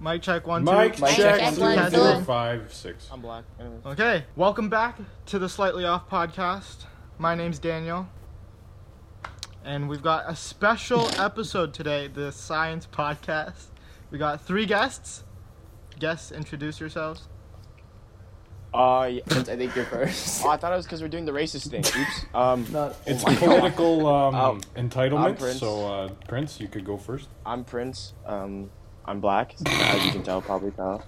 Mic check one, two. Mike, Mike check, check, three, one, four, two. five, six. I'm black. Anyways. Okay, welcome back to the Slightly Off podcast. My name's Daniel, and we've got a special episode today, the Science Podcast. We got three guests. Guests, introduce yourselves. Uh, yeah. Since I think you're first. Oh, I thought it was because we're doing the racist thing. Oops. Um, Not, It's oh my God. political um, Um, I'm entitlement. Prince. So, uh, Prince, you could go first. I'm Prince. Um, I'm black, as you can tell, probably tell.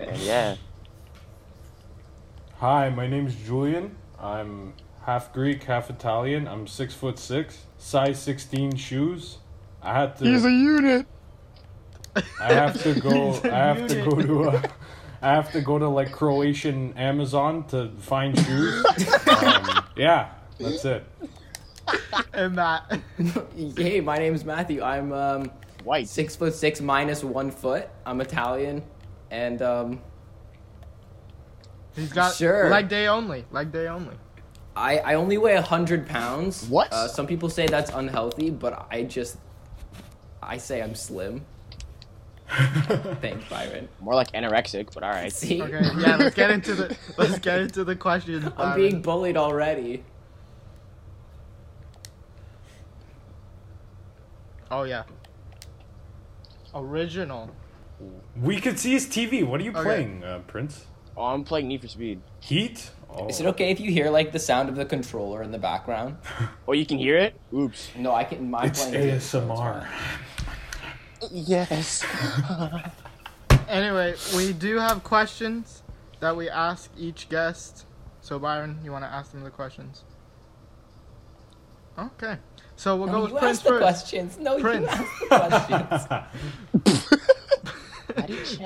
And yeah. Hi, my name's Julian. I'm half Greek, half Italian. I'm six foot six, size sixteen shoes. I had to. unit. I have to go. He's a I have to unit. go to. Uh, I have to go to like Croatian Amazon to find shoes. um, yeah, that's it. And Matt. hey, my name's Matthew. I'm um White. six foot six minus one foot. I'm Italian, and um He's got Sure. leg day only. Leg day only. I I only weigh hundred pounds. What? Uh, some people say that's unhealthy, but I just I say I'm slim. Thanks, Byron. More like anorexic, but all right. See, Okay, yeah, let's get into the let's get into the questions. I'm Byron. being bullied already. Oh yeah. Original. We could see his TV. What are you Okay. playing, uh, Prince? Oh, I'm playing Need for Speed. Heat. Oh. Is it okay if you hear like the sound of the controller in the background? Oh, you can hear it? Oops. No, I can. My It's ASMR. Yes. Anyway, we do have questions that we ask each guest. So Byron, you want to ask them the questions? Okay. So we'll go No, with you Prince asked the first. questions. No, Prince. you asked the questions.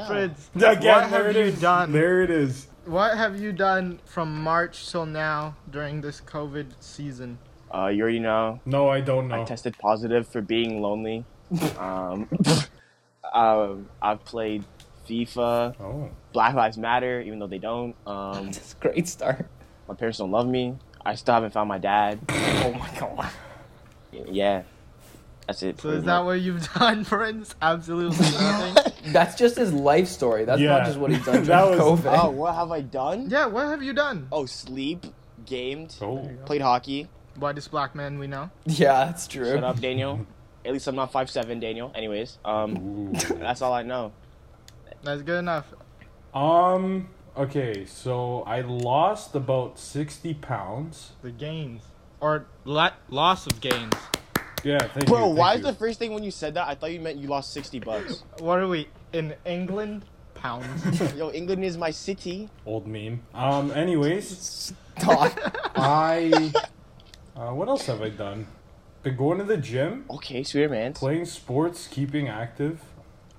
Prince, Again, what there have it you is. done? There it is. What have you done from March till now during this COVID season? Uh, you already know. No, I don't know. I tested positive for being lonely. Um, um, I've played FIFA, oh. Black Lives Matter, even though they don't. Um, That's a great start. my parents don't love me. I still haven't found my dad. Oh my god. Yeah. That's it. So is that what you've done, Prince? Absolutely nothing. That's just his life story. That's Yeah. not just what he's done during That was- COVID. Oh, what have I done? yeah. What have you done? Oh, sleep, gamed, Oh. played hockey. Whitest black man we know. Yeah, that's true. Shut up, Daniel. At least I'm not five seven, Daniel. Anyways, um, that's all I know. That's good enough. Um. Okay. So I lost about sixty pounds. The gains or la- loss of gains. Yeah. Thank you. Bro, thank why is you. the first thing when you said that I thought you meant you lost sixty bucks? What are we in England? Pounds. Yo, England is my city. old meme? Um. Anyways, Stop. I. Uh, what else have I done? Been going to the gym, Okay, sweeter man. playing sports, keeping active.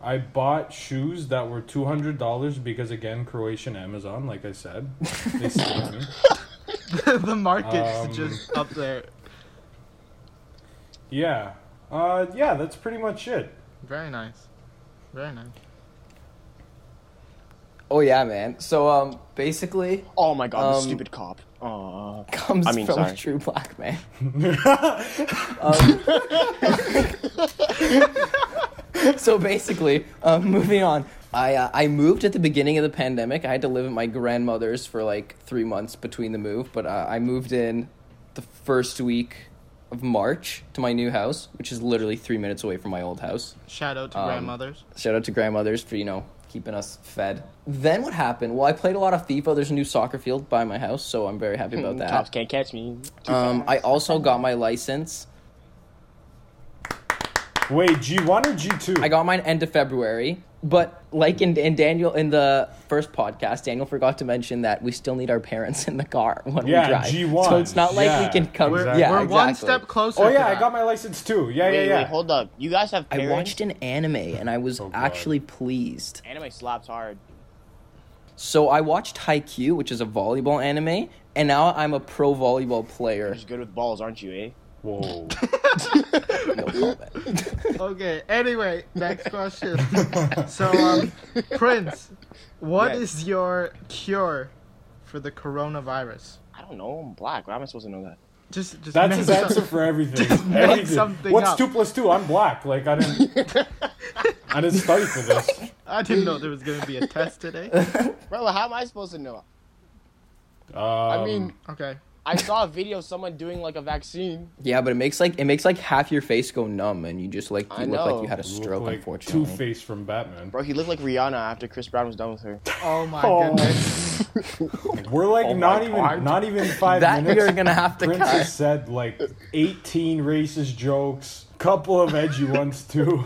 I bought shoes that were two hundred dollars because again, Croatian Amazon, like I said, they scam me. the market's Um, just up there. Yeah. Uh. Yeah. That's pretty much it. Very nice. Very nice. oh yeah, man. So um, basically, Oh my god, the Um, stupid cop. Aw. comes I mean, from sorry. a true black man. so basically, um, moving on. I uh, I moved at the beginning of the pandemic. I had to live at my grandmother's for like three months between the move, but uh, I moved in the first week of March to my new house, which is literally three minutes away from my old house. Shout out to Um, grandmothers. Shout out to grandmothers for, you know, keeping us fed. Then what happened? Well, I played a lot of FIFA. There's a new soccer field by my house, so I'm very happy Hmm, about Cops that. can't catch me. Too Um, fast. I also got my license. Wait, G one or G two? I got mine end of February. But like in, in Daniel in the first podcast, Daniel forgot to mention that we still need our parents in the car when Yeah, we drive. G1s, So it's not like yeah, we can come. We're, exactly. Yeah, we're one exactly. step closer. Oh to yeah, I that. got my license too. Yeah, Wait, yeah, yeah. wait, hold up. You guys have I parents? watched an anime and I was Oh, God. actually pleased. Anime slaps hard. So I watched Haikyuu, which is a volleyball anime, and now I'm a pro volleyball player. You're just good with balls, aren't you, eh? Whoa. No comment. Okay. Anyway, next question. so, um, Prince, what Yes. is your cure for the coronavirus? I don't know. I'm black. Why am I supposed to know that? Just, just That's make his answer some- for everything. make everything. something What's up. two plus two? I'm black. Like I didn't. I didn't study for this. I didn't know there was going to be a test today. Bro, how am I supposed to know? Um, I mean, Okay. I saw a video of someone doing like a vaccine. Yeah, but it makes like it makes like half your face go numb, and you just like I you look like know. you had a stroke. Two unfortunately, Face from Batman. Bro, he looked like Rihanna after Chris Brown was done with her. Oh my goodness. We're like Oh my not even God. not even five that minutes. you're gonna have to Prince cut. has said like 18 racist jokes, couple of edgy ones too.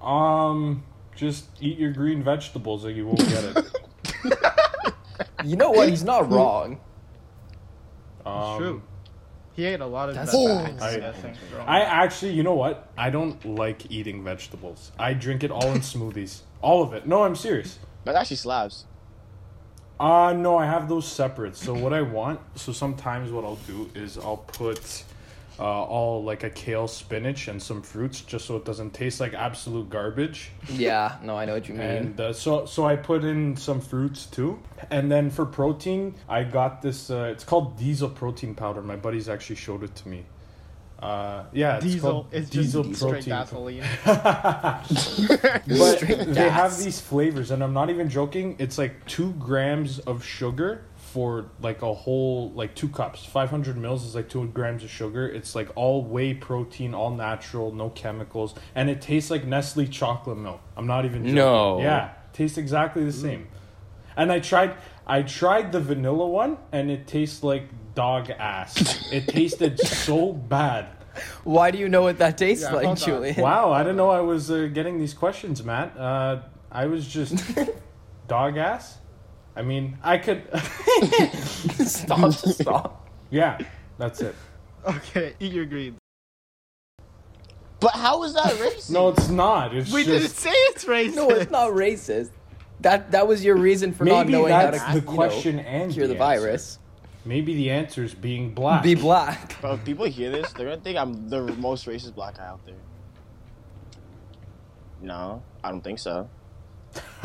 um, just eat your green vegetables and you won't get it. You know what? He's not wrong. Um, True. He ate a lot of That's vegetables. facts. I, I- think. I actually, you know what? I don't like eating vegetables. I drink it all in smoothies. All of it. No, I'm serious. That actually slaps. Uh no, I have those separate. So what I want, so sometimes what I'll do is I'll put uh, all like a kale spinach and some fruits just so it doesn't taste like absolute garbage. Yeah, no, I know what you mean. And uh, so so I put in some fruits too. And then for protein, I got this uh, it's called diesel protein powder. My buddies actually showed it to me. Uh yeah, it's Diesel called is just diesel straight protein. gasoline. But Straight they gas. have these flavors, and I'm not even joking. It's like two grams of sugar for like a whole like two cups. 500 mils is like two grams of sugar. It's like all whey protein, all natural, no chemicals, and it tastes like Nestle chocolate milk. I'm not even joking. No. Yeah, tastes exactly the same. And I tried, I tried the vanilla one, and it tastes like dog ass. it tasted so bad. Why do you know what that tastes Yeah, like, hold on. Julian? Wow, I didn't know I was uh, getting these questions, Matt. Uh, I was just dog ass. I mean, I could. stop! Stop! yeah, that's it. okay, eat your greens. But how is that racist? No, it's not. It's We didn't just say it's racist. No, it's not racist. That that was your reason for not maybe knowing how to that's the you know, question and cure the answer. virus. Maybe the answer is being black. Be black. Bro, if people hear this, they're gonna think I'm the most racist black guy out there. No, I don't think so.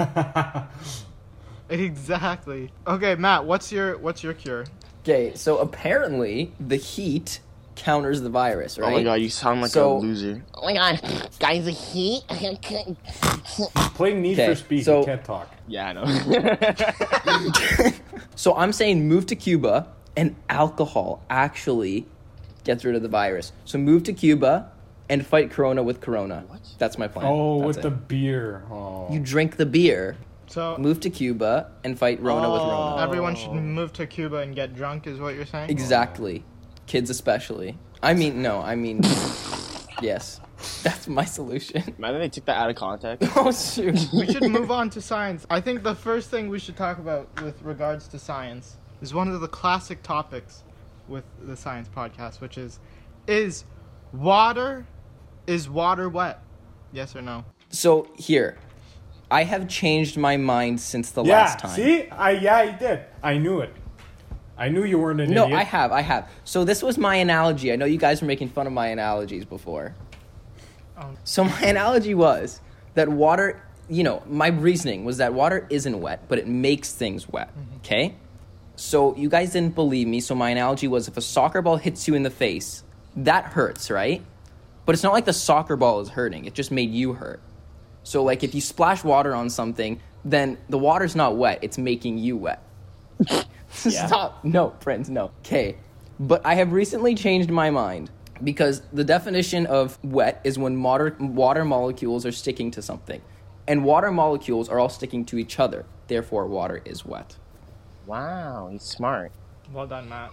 Exactly. Okay, Matt, what's your what's your cure? Okay, so apparently the heat counters the virus, right? Oh my god, you sound like So- a loser. Oh my god, guys, the heat. Play Need Okay, for Speed. so- you can't talk. Yeah, I know. So I'm saying move to Cuba and alcohol actually gets rid of the virus. So move to Cuba and fight Corona with Corona. What? That's my plan. Oh, That's with the it. beer. Oh. You drink the beer, So move to Cuba and fight Rona with Rona. everyone should move to Cuba and get drunk is what you're saying? Exactly. Kids especially. I mean no, I mean yes. That's my solution. Imagine they took that out of context. Oh shoot. we should move on to science. I think the first thing we should talk about with regards to science is one of the classic topics with the science podcast, which is is water is water wet? Yes or no? So here. I have changed my mind since the yeah. last time. See, I yeah, you did. I knew it. I knew you weren't an No, idiot. I have, I have. So this was my analogy. I know you guys were making fun of my analogies before. Oh. Um. So my analogy was that water, you know, my reasoning was that water isn't wet, but it makes things wet. Mm-hmm. Okay? So you guys didn't believe me, so my analogy was if a soccer ball hits you in the face, that hurts, right? But it's not like the soccer ball is hurting. It just made you hurt. So like if you splash water on something, then the water's not wet, it's making you wet. Stop. No, friends, no. Okay. But I have recently changed my mind because the definition of wet is when water, water molecules are sticking to something. And water molecules are all sticking to each other. Therefore, water is wet. Wow, he's smart. Well done, Matt.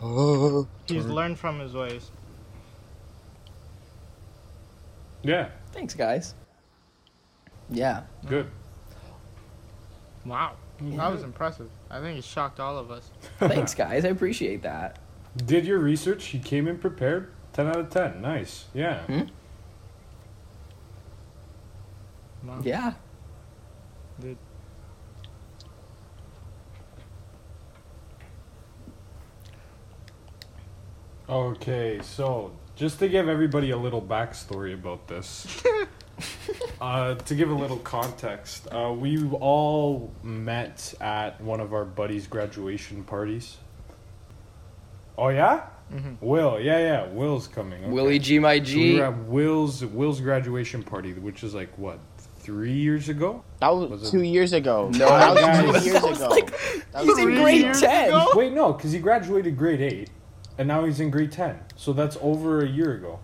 He's learned from his ways. yeah. Thanks, guys. Yeah. Good. Wow. That was impressive. I think he shocked all of us. Thanks, guys. I appreciate that. Did your research? You came in prepared. Ten out of ten. Nice. Yeah. Hmm? Wow. Yeah. Dude. Okay, so just to give everybody a little backstory about this, uh, to give a little context, uh, we all met at one of our buddies' graduation parties. Oh yeah, Will, yeah, yeah, Will's coming. okay. Mm-hmm. Willie G, my So we G. were at Will's Will's graduation party, which is like what three years ago. That was, Was it- two years ago. No, that was guys. two years That was ago. like- That He's was in three grade years- 10. ago? Wait, no, because he graduated grade eight, and now he's in grade ten. So that's over a year ago.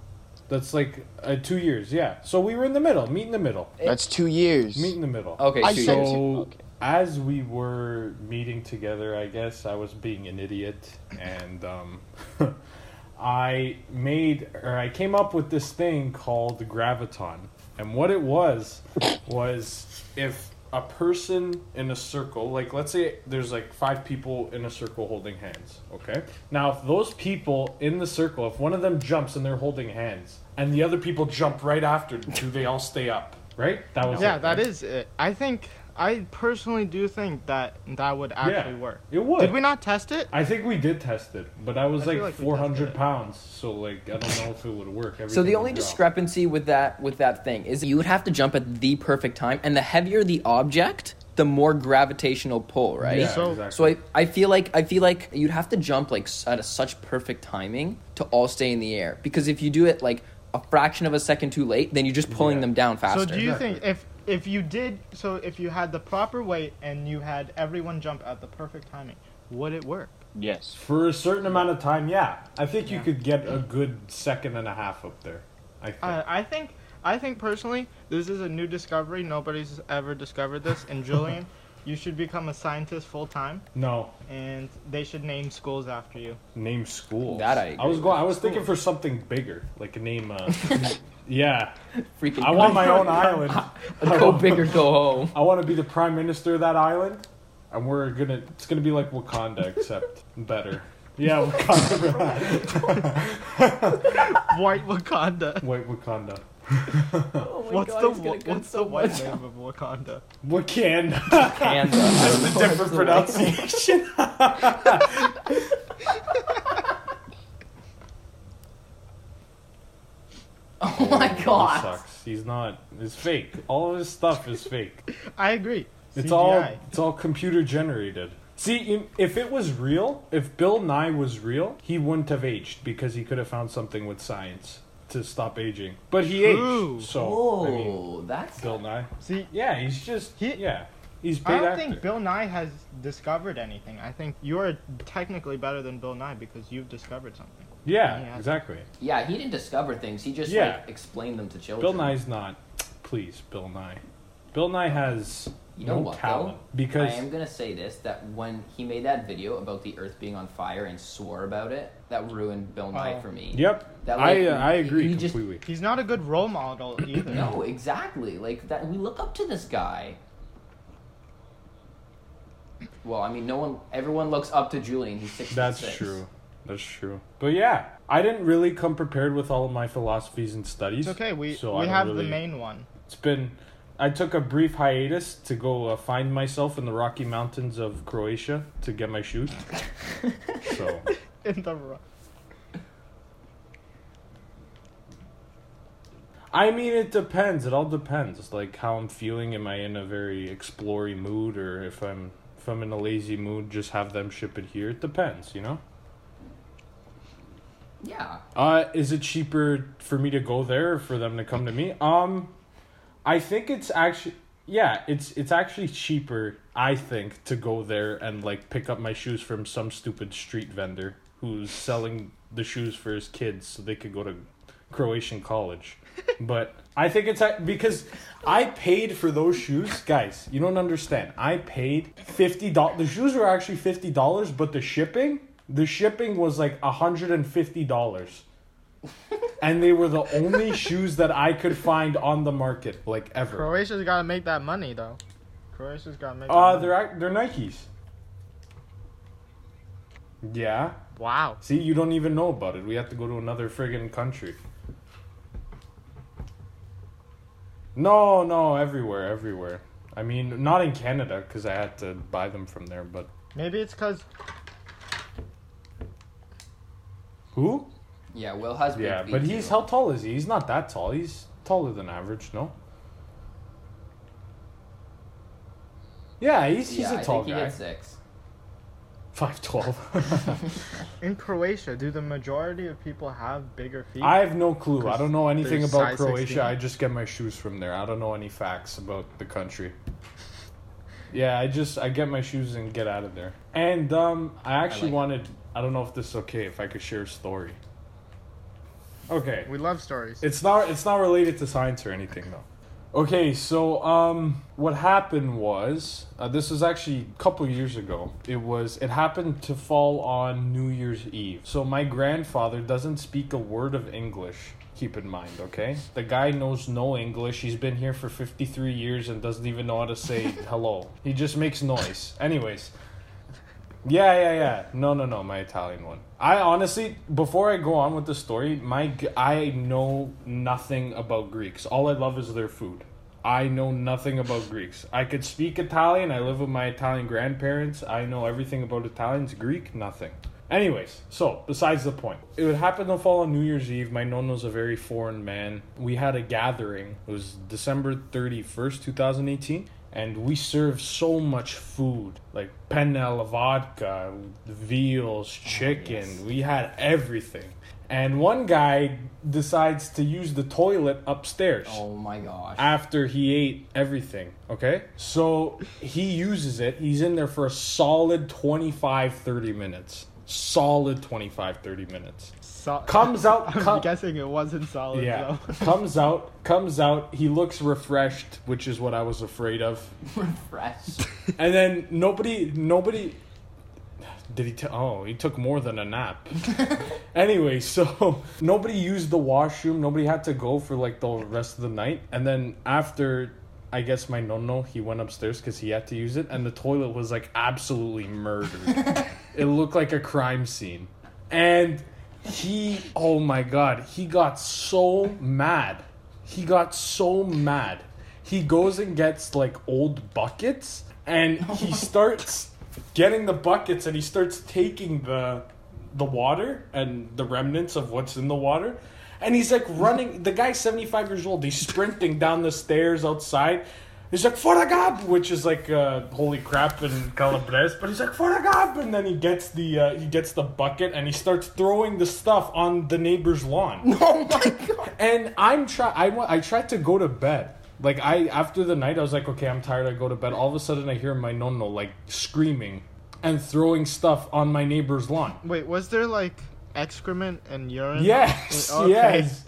That's like uh, two years, yeah. So we were in the middle. Meet in the middle. That's two years. Meet in the middle. Okay, I two said- years. So Okay. as we were meeting together, I guess I was being an idiot, and um, I made or I came up with this thing called graviton, and what it was was if a person in a circle, like let's say there's like five people in a circle holding hands, okay? Now if those people in the circle, if one of them jumps and they're holding hands, and the other people jump right after, do they all stay up? Right? That was Yeah, it, that right? is it. I think I personally do think that that would actually work. It would. Did we not test it? I think we did test it, but I was I like, feel like we 400 tested it. pounds, so like I don't know if it would work. So Everything the only would drop. discrepancy with that with that thing is you would have to jump at the perfect time, and the heavier the object, the more gravitational pull, right? yeah, So- exactly. So I, I feel like I feel like you'd have to jump like s- at a such perfect timing to all stay in the air because if you do it like a fraction of a second too late, then you're just pulling Yeah. them down faster. So do you Exactly. think if if you did so if you had the proper weight and you had everyone jump at the perfect timing, would it work? Yes. for a certain amount of time, yeah, I think you could get a good second and a half up there. I think. Uh, I think I think personally this is a new discovery. Nobody's ever discovered this. And Julian, you should become a scientist full time, no, and they should name schools after you. name school. That I I was agree going. I was thinking for something bigger, like name. Uh, yeah, Freaking I want my own island. go big or go home. I want to be the prime minister of that island, and we're gonna. It's gonna be like Wakanda, except better. Yeah, Wakanda. White Wakanda. White Wakanda. Oh Oh what's the wa- what's the white name of Wakanda? Wakanda. Panda. It's a different pronunciation. oh my That god. sucks. He's not. It's fake. All of his stuff is fake. I agree. It's CGI. all. It's all computer generated. See, in- if it was real, if Bill Nye was real, he wouldn't have aged because he could have found something with science to stop aging. But he True. aged, so I mean, Whoa, that's Bill Nye. See, Yeah, he's just. He- yeah, he's a I paid don't actor. think Bill Nye has discovered anything. I think you're technically better than Bill Nye because you've discovered something. yeah, Yeah. exactly. yeah. He didn't discover things. He just Yeah. like explained them to children. Bill Nye's not. Please, Bill Nye. Bill Nye has You know no what, talent though? because I am gonna say this: that when he made that video about the Earth being on fire and swore about it, that ruined Bill Nye Oh. for me. Yep. That, I like, uh, I agree you just- completely. He's not a good role model either. No, exactly. Like that, we look up to this guy. Well, I mean, no one, everyone looks up to Julian. He's six. That's true. That's true. But yeah, I didn't really come prepared with all of my philosophies and studies. It's okay. We so I we don't have the really- main one. It's been. I took a brief hiatus to go uh, find myself in the Rocky Mountains of Croatia to get my shoes. so In the ro- I mean, it depends. It all depends. Like how I'm feeling. Am I in a very explory mood, or if I'm if I'm in a lazy mood, just have them ship it here. It depends, you know. Yeah. Uh, is it cheaper for me to go there or for them to come to me? Um, I think it's actually yeah, it's it's actually cheaper. I think to go there and like pick up my shoes from some stupid street vendor who's selling the shoes for his kids so they could go to Croatian college. But I think it's ac- because I paid for those shoes, guys. You don't understand. I paid fifty dollars. The shoes were actually fifty dollars, but the shipping, the shipping was like hundred and fifty dollars and they were the only shoes that I could find on the market, like ever. Croatia's got to make that money though. Croatia's got to make. Uh, that money. they're ac- they're Nikes. Yeah. Wow. See, you don't even know about it. We have to go to another friggin' country. No, no, everywhere, everywhere. I mean, not in Canada because I had to buy them from there. But Maybe it's because who? Yeah. Will has. big Yeah, feet, but he's too. how tall is he? He's not that tall. He's taller than average, no? Yeah, he's he's yeah, a I tall think guy. He gets six. Five twelve. In Croatia, do the majority of people have bigger feet? I have no clue. I don't know anything There's about size Croatia. 16. I just get my shoes from there. I don't know any facts about the country. Yeah, I just I get my shoes and get out of there. And um I actually like it. wanted I don't know if this is okay if I could share a story. Okay. we love stories. It's not it's not related to science or anything though. Okay, so um what happened was uh, this was actually a couple years ago. It was it happened to fall on New Year's Eve. So my grandfather doesn't speak a word of English. Keep in mind, okay? The guy knows no English. He's been here for 53 years and doesn't even know how to say hello. He just makes noise. Anyways, yeah, yeah, yeah. No, no, no. My Italian one. I honestly, before I go on with the story, my g- I know nothing about Greeks. All I love is their food. I know nothing about Greeks. I could speak Italian. I live with my Italian grandparents. I know everything about Italians. Greek, nothing. Anyways, so besides the point, it would happen to fall on New Year's Eve. My nonno's a very foreign man. We had a gathering. It was December 31st, 2018 and we serve so much food like penne alla vodka, veals, chicken. We had everything. And one guy decides to use the toilet upstairs Oh my gosh. after he ate everything, okay? So he uses it. He's in there for a solid 25 30 minutes. Solid 25 30 minutes. So- Comes out I'm com- guessing it wasn't solid. yeah. though. comes out, comes out. He looks refreshed, which is what I was afraid of. Refreshed. And then nobody, nobody. Did he? T- oh, he took more than a nap. anyway, so nobody used the washroom. Nobody had to go for like the rest of the night. And then after, I guess my nonno he went upstairs because he had to use it, and the toilet was like absolutely murdered. it looked like a crime scene, and he. Oh my god, he got so mad. He got so mad. He goes and gets like old buckets and he starts getting the buckets and he starts taking the the water and the remnants of what's in the water. And he's like running the guy's 75 years old. He's sprinting down the stairs outside. He's like Foragab, which is like uh, holy crap in Calabres, but he's like Foragab, and then he gets the uh, he gets the bucket and he starts throwing the stuff on the neighbor's lawn oh my god. and I'm try I wa- I tried to go to bed. Like I after the night, I was like, okay, I'm tired. I go to bed. All of a sudden, I hear my nonno like screaming and throwing stuff on my neighbor's lawn. Wait, was there like excrement and urine? Yes, Okay. yes,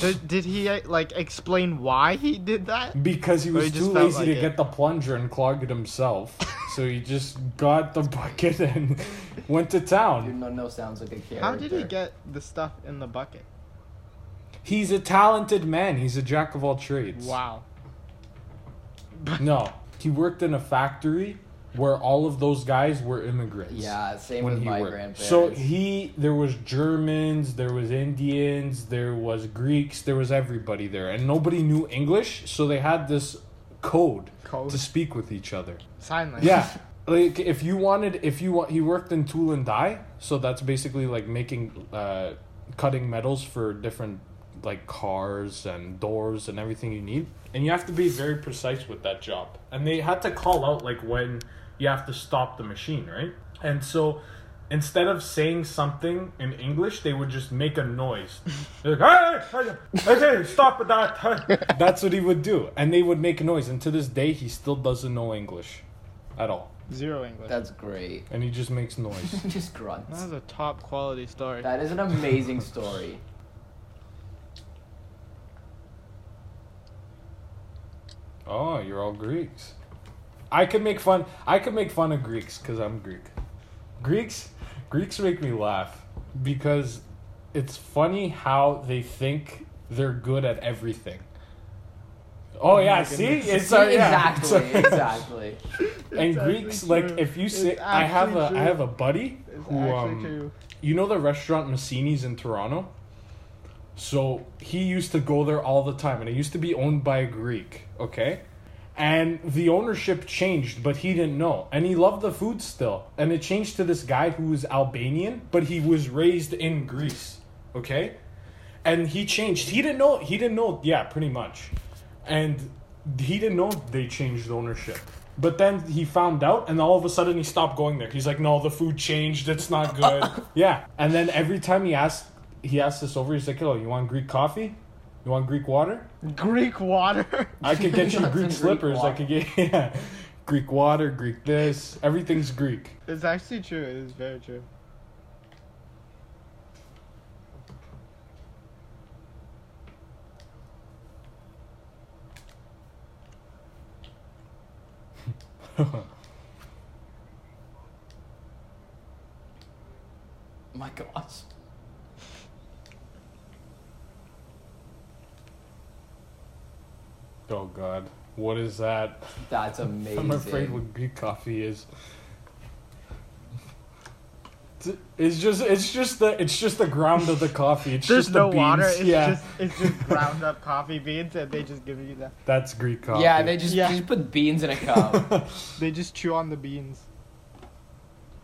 Did, did he eh, like explain why he did that? because he Or was he just too felt lazy to like it. get the plunger and clog it himself. so he just got the bucket and went to Your town. no no sounds like a character. How did he get the stuff in the bucket? He's a talented man. He's a jack of all trades. Wow. No, he worked in a factory where all of those guys were immigrants. Yeah, same when with he my worked. grandparents. So he, there was Germans, there was Indians, there was Greeks, there was everybody there, and nobody knew English, so they had this code, Code. to speak with each other. Sign language. Yeah, like if you wanted, if you want, he worked in tool and die, so that's basically like making, uh, cutting metals for different like cars and doors and everything you need, and you have to be very precise with that job. And they had to call out like when you have to stop the machine, right? And so instead of saying something in English, they would just make a noise. They're like, hey, hey, hey, hey, stop with that. hey." That's what he would do. And they would make a noise. And to this day, he still doesn't know English at all. Zero English. That's great. And he just makes noise. Just grunts. That was a top quality story. That is an amazing story. oh, you're all Greeks. I could make fun. I could make fun of Greeks because I'm Greek. Greeks, Greeks make me laugh because it's funny how they think they're good at everything. Oh, yeah, see, it's uh, yeah. exactly, It's, uh, exactly. and It's actually Greeks like true. if you It's say I have actually a I true. have a buddy It's who actually um, true. you know the restaurant Massini's in Toronto? So he used to go there all the time and it used to be owned by a Greek, okay? And the ownership changed, but he didn't know. And he loved the food still. And it changed to this guy who was Albanian, but he was raised in Greece, okay? And he changed. He didn't know he didn't know yeah, pretty much. And he didn't know they changed ownership. But then he found out, and all of a sudden he stopped going there. He's like, "No, the food changed. It's not good." yeah, and then every time he asked, he asked this over. He's like, "Oh, you want Greek coffee? You want Greek water? Greek water. I could get you Nothing Greek Greek slippers. I water. could get yeah, Greek water, Greek this. Everything's Greek." It's actually true. It is very true. My gosh. Oh God, what is that? That's amazing. I'm afraid what Greek coffee is. It's- It's just it's just the it's just the ground of the coffee. It's There's just the no beans. water. It's yeah, just it's just ground up coffee beans, and they just give you that. that's Greek coffee. yeah, they just, Yeah. just put beans in a cup. They just chew on the beans.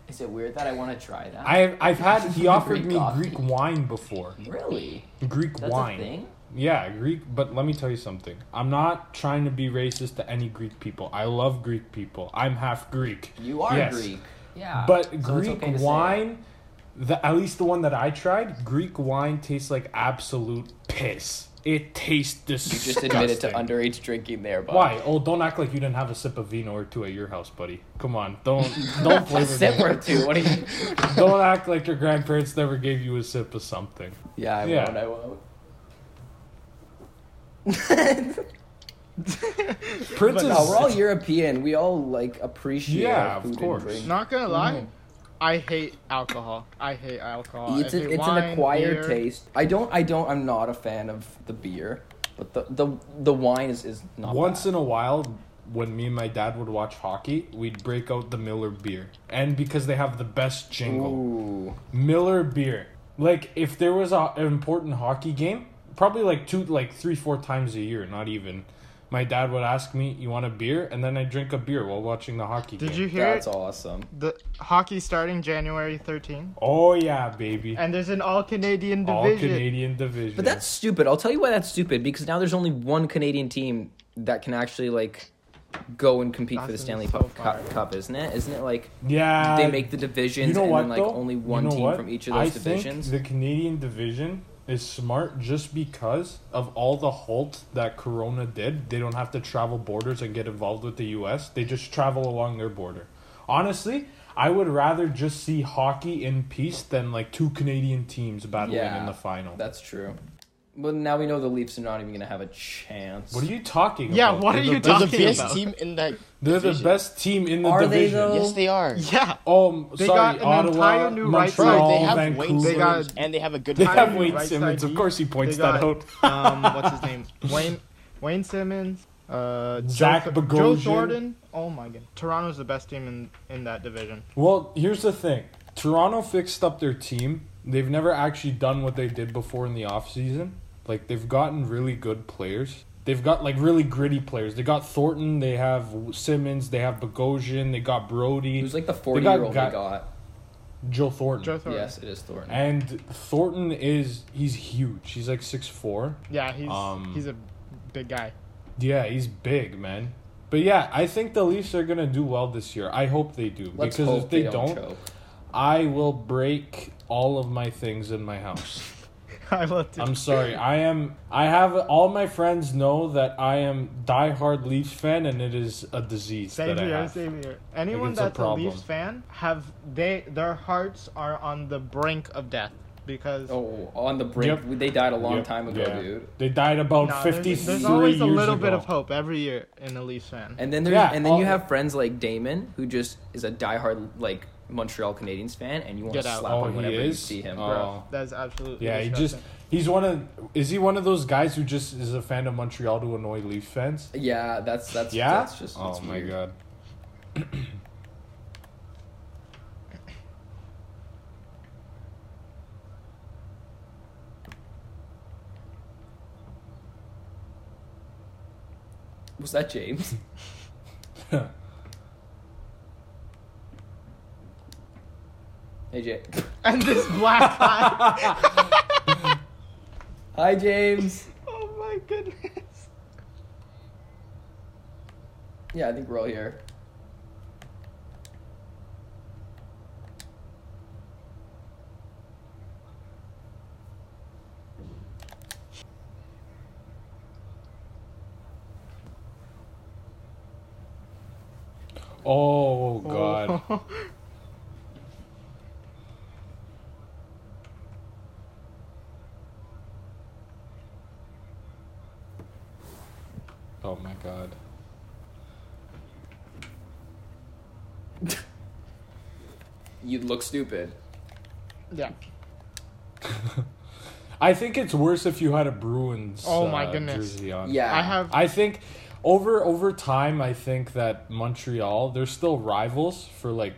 Is it weird that I want to try that? I've I've had he offered Greek me coffee. Greek wine before. really? Greek That's wine. a thing? Yeah, Greek. But let me tell you something. I'm not trying to be racist to any Greek people. I love Greek people. I'm half Greek. You are Yes. Greek. Yeah. But Uh, so it's Greek okay to say it. wine, the, at least the one that I tried, Greek wine tastes like absolute piss. It tastes You disgusting. just admitted to underage drinking there, but Why? Oh, don't act like you didn't have a sip of vino or two at your house, buddy. Come on, don't don't A flavor sip me. or two. What do you? Don't act like your grandparents never gave you a sip of something. Yeah, I Yeah. won't. I won't. Prince But is No, we're all European. We all like appreciate. Yeah, Yeah, of food course. And drink. Not gonna lie, Mm. I hate alcohol. I hate alcohol. it's I a, hate it's Uh, wine, an acquired beer. taste. I don't. I don't. I'm not a fan of the beer, but the the the wine is is not. Once bad. in a while, when me and my dad would watch hockey, we'd break out the Miller beer. And because they have the best jingle, Ooh. Miller beer. Like if there was a, an important hockey game, probably like two, like three, four times a year, not even. My dad would ask me, "You want a beer?" And then I drink a beer while watching the hockey Did game. you hear That's it? awesome. the hockey starting January 13th, Oh yeah, baby! and there's an all Canadian All division. Canadian division. But that's stupid. I'll tell you why that's stupid because now there's only one Canadian team that can actually like go and compete for the That's Stanley so Cup, far. Cup, Cup, isn't it? Isn't it like yeah. they make the divisions and then like though? only You one know team what? from each of I those think divisions? the Canadian division is smart just because of all the halt that Corona did. They don't have to travel borders and get involved with the U.S. They just travel along their border. Honestly, I would rather just see hockey in peace than like two Canadian teams battling in Yeah. the final. That's true. Well, now we know the Leafs are not even gonna have a chance. What are you talking Yeah, about? what They're are the you best- They're the Talking best about- team in that. They're the division. best team in the Are they, division. though? Yes. Yes, they are. Yeah. Um, They sorry, got an Ottawa, entire new right side. Montreal, They have Wayne Vancouver. They got- Simmons and they have a good. They have lineup. Wayne Right Simmons. side Of course, he deep. points They that got, out. um, what's his name? Wayne Wayne Simmons. Uh, Joe Zach Th- Joe Bogosian. Thornton. Oh my god. Toronto's the best team in, in that division. Well, here's the thing. Toronto fixed up their team. They've never actually done what they did before in the offseason. Like they've gotten really good players. They've got like really gritty players. They got Thornton, they have Simmons, they have Bogosian, they got Brody. It was like the They 40 got year old guy- we got. Joe Thornton. Joe Thornton. Yes, it is Thornton. And Thornton is he's huge. He's like six four. Yeah, he's Um, he's a big guy. Yeah, he's big, man. But yeah, I think the Leafs are gonna do well this year. I hope they do. Let's because hope if they, don't, don't choke. I will break all of my things in my house. I love to. I'm sorry. I am. I have all my friends know that I am diehard Leafs fan, and it is a disease Same that I here, have. same here. Anyone it's a that's a, problem. Leafs fan have they their hearts are on the brink of death because Oh, on the brink. Yep. They died a long Yep, time ago, yeah. dude. They died about No, there's- 53 there's always years a little bit ago. of hope every year in a Leafs fan. And then there's Yeah, and then you all- have friends like Damon, who just is a diehard like Montreal Canadiens fan, and you want to Get out. slap Oh, him he whenever you is. see him, bro. Oh. That's absolutely Yeah, he just. disgusting. He's one of. Is he one of those guys who just is a fan of Montreal to annoy Leafs fans? Yeah, that's that's Yeah. That's just oh that's my weird. god. Was that James? hey Jay. and this black guy. Hi James. oh my goodness. Yeah, I think we're all here. Oh god. Oh my god. You'd look stupid. yeah. I think it's worse if you had a Bruins Oh my uh, goodness. jersey on. Yeah. I have. I think over over time I think that Montreal they're still rivals for like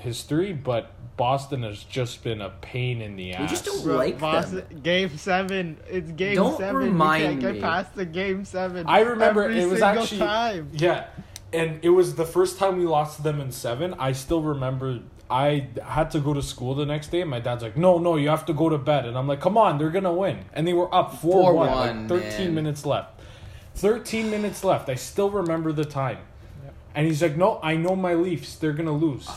history, but Boston has just been a pain in the ass. just don't Bro, like Bos- them. Game seven. It's game Don't seven. remind you can't me. get past the game seven. I remember Every it was single actually time. yeah, and it was the first time we lost to them in seven. I still remember I had to go to school the next day, and my dad's like, "No, no, you have to go to bed," and I'm like, "Come on, they're gonna win," and they were up four one, 4-1, like thirteen man. minutes left. Thirteen minutes left. I still remember the time, and he's like, "No, I know my Leafs. They're gonna lose."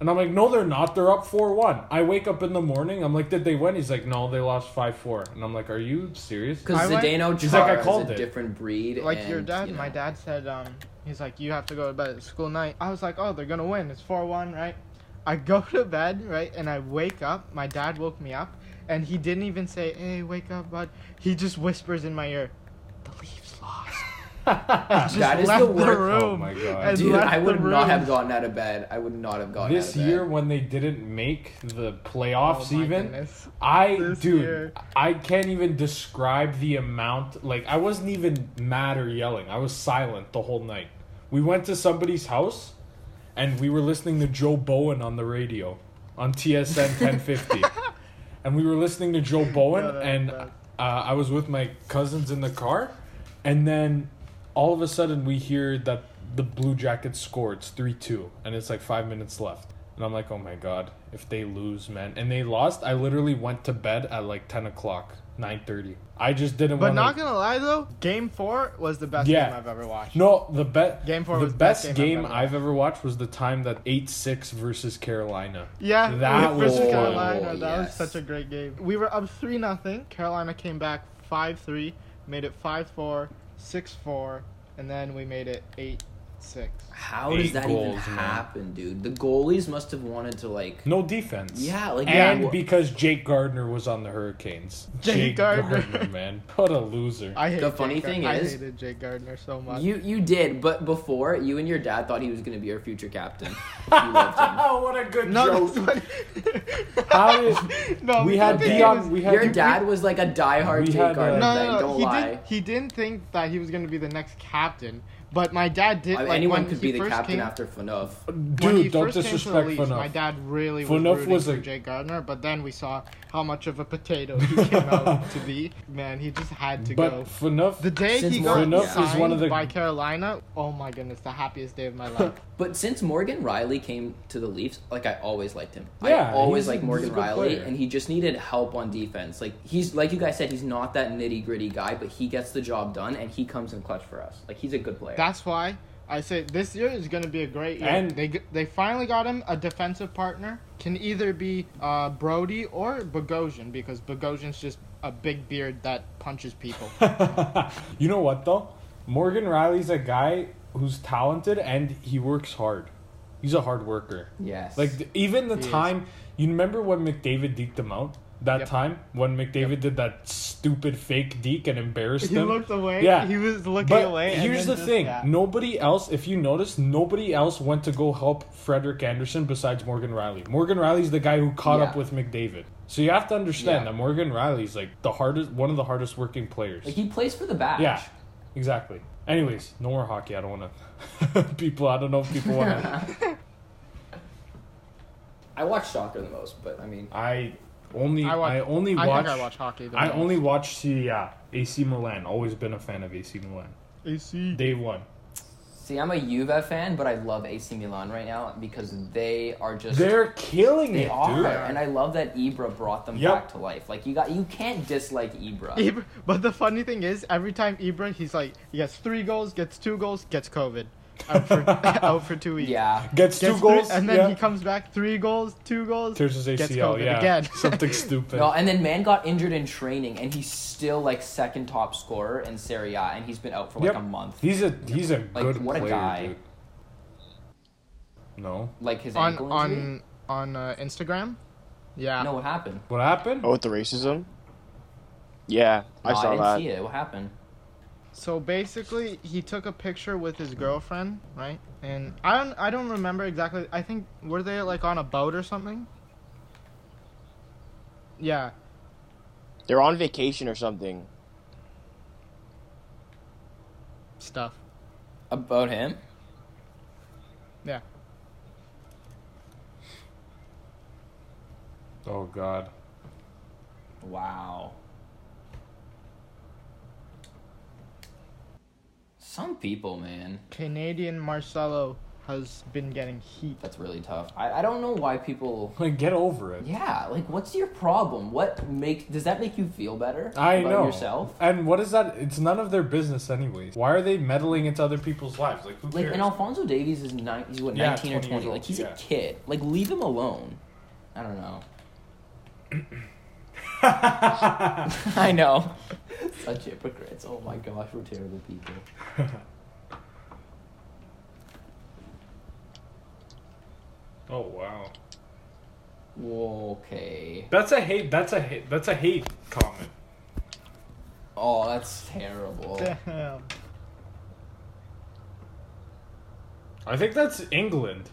And I'm like, no, they're not. They're up 4 1. I wake up in the morning. I'm like, did they win? He's like, no, they lost 5 4. And I'm like, are you serious? I Because like- Zdeno He's like, I Chara called is a it. different breed. Like and, your dad, you know. my dad said, um, he's like, you have to go to bed at school night. I was like, oh, they're gonna win. It's four one, right? I go to bed, right, and I wake up. My dad woke me up, and he didn't even say, hey, wake up, bud. He just whispers in my ear, the Leafs lost. Just That is left the the, worst- room. Oh my God. and Oh, Dude, left I the would not room. have gotten out of bed. I would not have gotten out this of bed. year when they didn't make the playoffs Oh my even goodness. i This dude year. i can't even describe the amount like i wasn't even mad or yelling i was silent the whole night we went to somebody's house and we were listening to joe bowen on the radio on tsn 1050 and we were listening to joe bowen No, that's and bad. uh, i was with my cousins in the car and then all of a sudden we hear that the Blue Jackets score. It's 3 2, and it's like five minutes left. And I'm like, oh my God, if they lose, man. And they lost, I literally went to bed at like 10 o'clock, 9.30. I just didn't But want not gonna lie though, Game Four was the best Yeah. game I've ever watched. No, the bet Game four the was the best, best game I've game, ever I've ever watched was the time that 8 6 versus Carolina. Yeah, That versus was fun. Carolina. That Yes. was such a great game. We were up three nothing. Carolina came back five three, made it 5-4, 6-4, and then we made it eight six. How Eight does that even goals, man. happen, dude? The goalies must have wanted to like. No defense. Yeah, like- and Yeah. because Jake Gardner was on the Hurricanes. Jake Gardner. man, what a loser! I hate The funny Jake Gar- thing I is- hated Jake Gardner so much. You you did, but before you and your dad thought he was going to be our future captain. you loved him. oh, what a good no, joke! that's what- How did- no, we had the thing Dion- is- we had- Your dad was like a diehard We Jake had, uh, Gardner No, fan. no, no. Don't he lie. didn't. He didn't think that he was going to be the next captain. But my dad did. I mean, like, anyone when could he be the first captain came, after Fanuf. when he Dude, don't first came to the disrespect leagues, My Phaneuf. dad really was Phaneuf rooting was for a- Jay Gardner, but then we saw how much of a potato he came out to be. Man, he just had to But go. Fanuf, The day Since he got signed Morgan- Phaneuf is one of the- by Carolina, oh my goodness, the happiest day of my life. But since Morgan Riley came to the Leafs, like I always liked him. Yeah, I always he's a- liked he's Morgan a good Riley, player. and he just needed help on defense. Like he's like you guys said, he's not that nitty gritty guy, but he gets the job done, and he comes in clutch for us. Like he's a good player. That's why I say this year is going to be a great year. And- they g- they finally got him a defensive partner. Can either be uh, Brody or Bogosian because Bogosian's just a big beard that punches people. you know what though? Morgan Riley's a guy who's talented and he works hard. He's a hard worker. yes. Like th- even the He is. time you remember when McDavid deked him out. That Yep. time when McDavid did that stupid fake deke and embarrassed he him. looked away. Yeah. he was looking but away. and here's then the just- thing: yeah. nobody else, if you notice, nobody else went to go help Frederick Anderson besides Morgan Riley. Morgan Riley's the guy who caught up Yeah. with McDavid. So you have to understand Yeah. that Morgan Riley's like the hardest, one of the hardest working players. Like, he plays for the Batch. Yeah, exactly. Anyways, no more hockey. I don't want to. people, I don't know if people want to. I watch soccer the most, but I mean, I only, I, I watch- only I watch. think I watch hockey. the I most. only watch uh, C. Yeah, AC Milan. Always been a fan of AC Milan. AC. Day one. see, I'm a Juve fan, but I love AC Milan right now because they are just They're killing They it, are, dude. and I love that Ibra brought them Yep. back to life. Like you got, you can't dislike Ibra. Ibra, but the funny thing is, every time Ibra, he's like, he gets three goals, gets two goals, gets COVID, out for, out for two weeks. Yeah, Gets Gets, two goals, three- and then yeah. he comes back, three goals, two goals, Tears his gets ACL, COVID yeah. again. Something stupid. no, and then man got injured in training, and he's still like second top scorer in Serie A, and he's been out for like Yep. a month. He's a he's a good what a player, guy. dude. No. Like his on ankle injury. on on uh, Instagram. Yeah. No, what happened? What happened? Oh, with the racism? Yeah, I No, saw didn't that. see it. What happened? So basically, he took a picture with his girlfriend, right? And I don't I don't remember exactly. I think were they like on a boat or something? Yeah. They're on vacation or something. Stuff. About him? Yeah. Oh God. Wow. Some people, man. Canadian Marcelo has been getting heat. That's really tough. I, I don't know why people. Like, get over it. Yeah, like what's your problem? What make does that make you feel better I about know. yourself? And what is that? It's none of their business, anyways. Why are they meddling into other people's lives? Like, who Like, cares? and Alfonso Davies is nine. He's what Yeah, 20 nineteen or years twenty. old, Like he's yeah. a kid. Like leave him alone. I don't know. I know. Such hypocrites. Oh my gosh, we're terrible people. oh wow. Whoa, Okay. That's a hate. That's a hate. That's a hate comment. Oh, that's terrible. Damn. I think that's England.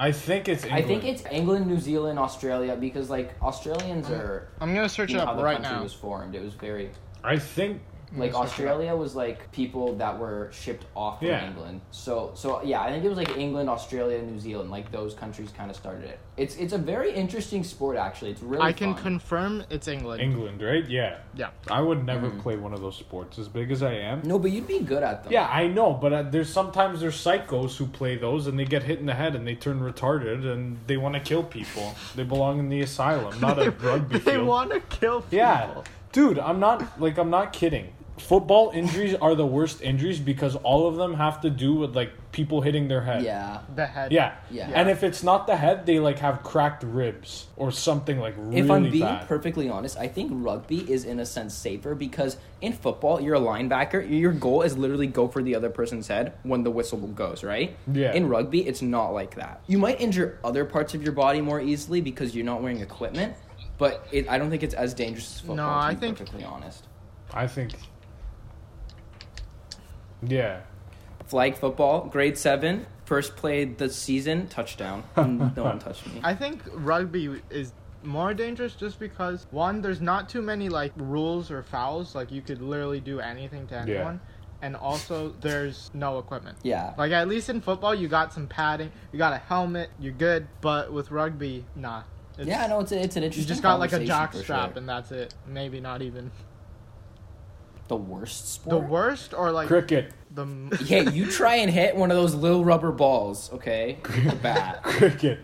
I think it's I England. think it's England, New Zealand, Australia because like Uh-huh. Australians are. I'm gonna search You it know, how up the right country now. was formed. It was very I think. like Yes, okay. Australia was like people that were shipped off from Yeah. England. So so yeah, I think it was like England, Australia, New Zealand, like those countries kind of started it. It's it's a very interesting sport actually. It's really I can fun. confirm it's England. England, right? Yeah. Yeah. Mm-hmm. I would never play one of those sports as big as I am. no, but you'd be good at them. Yeah, I know, but uh, there's sometimes there's psychos who play those and they get hit in the head and they turn retarded and they want to kill people. They belong in the asylum, not a rugby They field. want to kill people. yeah, dude, I'm not like I'm not kidding. Football injuries are the worst injuries because all of them have to do with like people hitting their head. Yeah. The head. Yeah. Yeah. And if it's not the head, they like have cracked ribs or something like really if I'm being bad. perfectly honest, I think rugby is in a sense safer because in football, you're a linebacker. Your goal is literally go for the other person's head when the whistle goes, right? Yeah. In rugby, it's not like that. You might injure other parts of your body more easily because you're not wearing equipment, but it, I don't think it's as dangerous as football. No, to I be think- perfectly honest. I think. Yeah. Flag football, grade seven, first play of the season, touchdown. no one touched me. I think rugby is more dangerous just because one, there's not too many like rules or fouls. Like you could literally do anything to Yeah. anyone. And also, there's no equipment. Yeah. Like at least in football, you got some padding, you got a helmet, you're good. But with rugby, nah. It's, yeah, no, it's, a, it's an You interesting just got like a conversation jock for strap, sure. and that's it. Maybe not even The worst sport? the worst or like Cricket. the m- Yeah, you try and hit one of those little rubber balls, okay? With a bat. Cricket.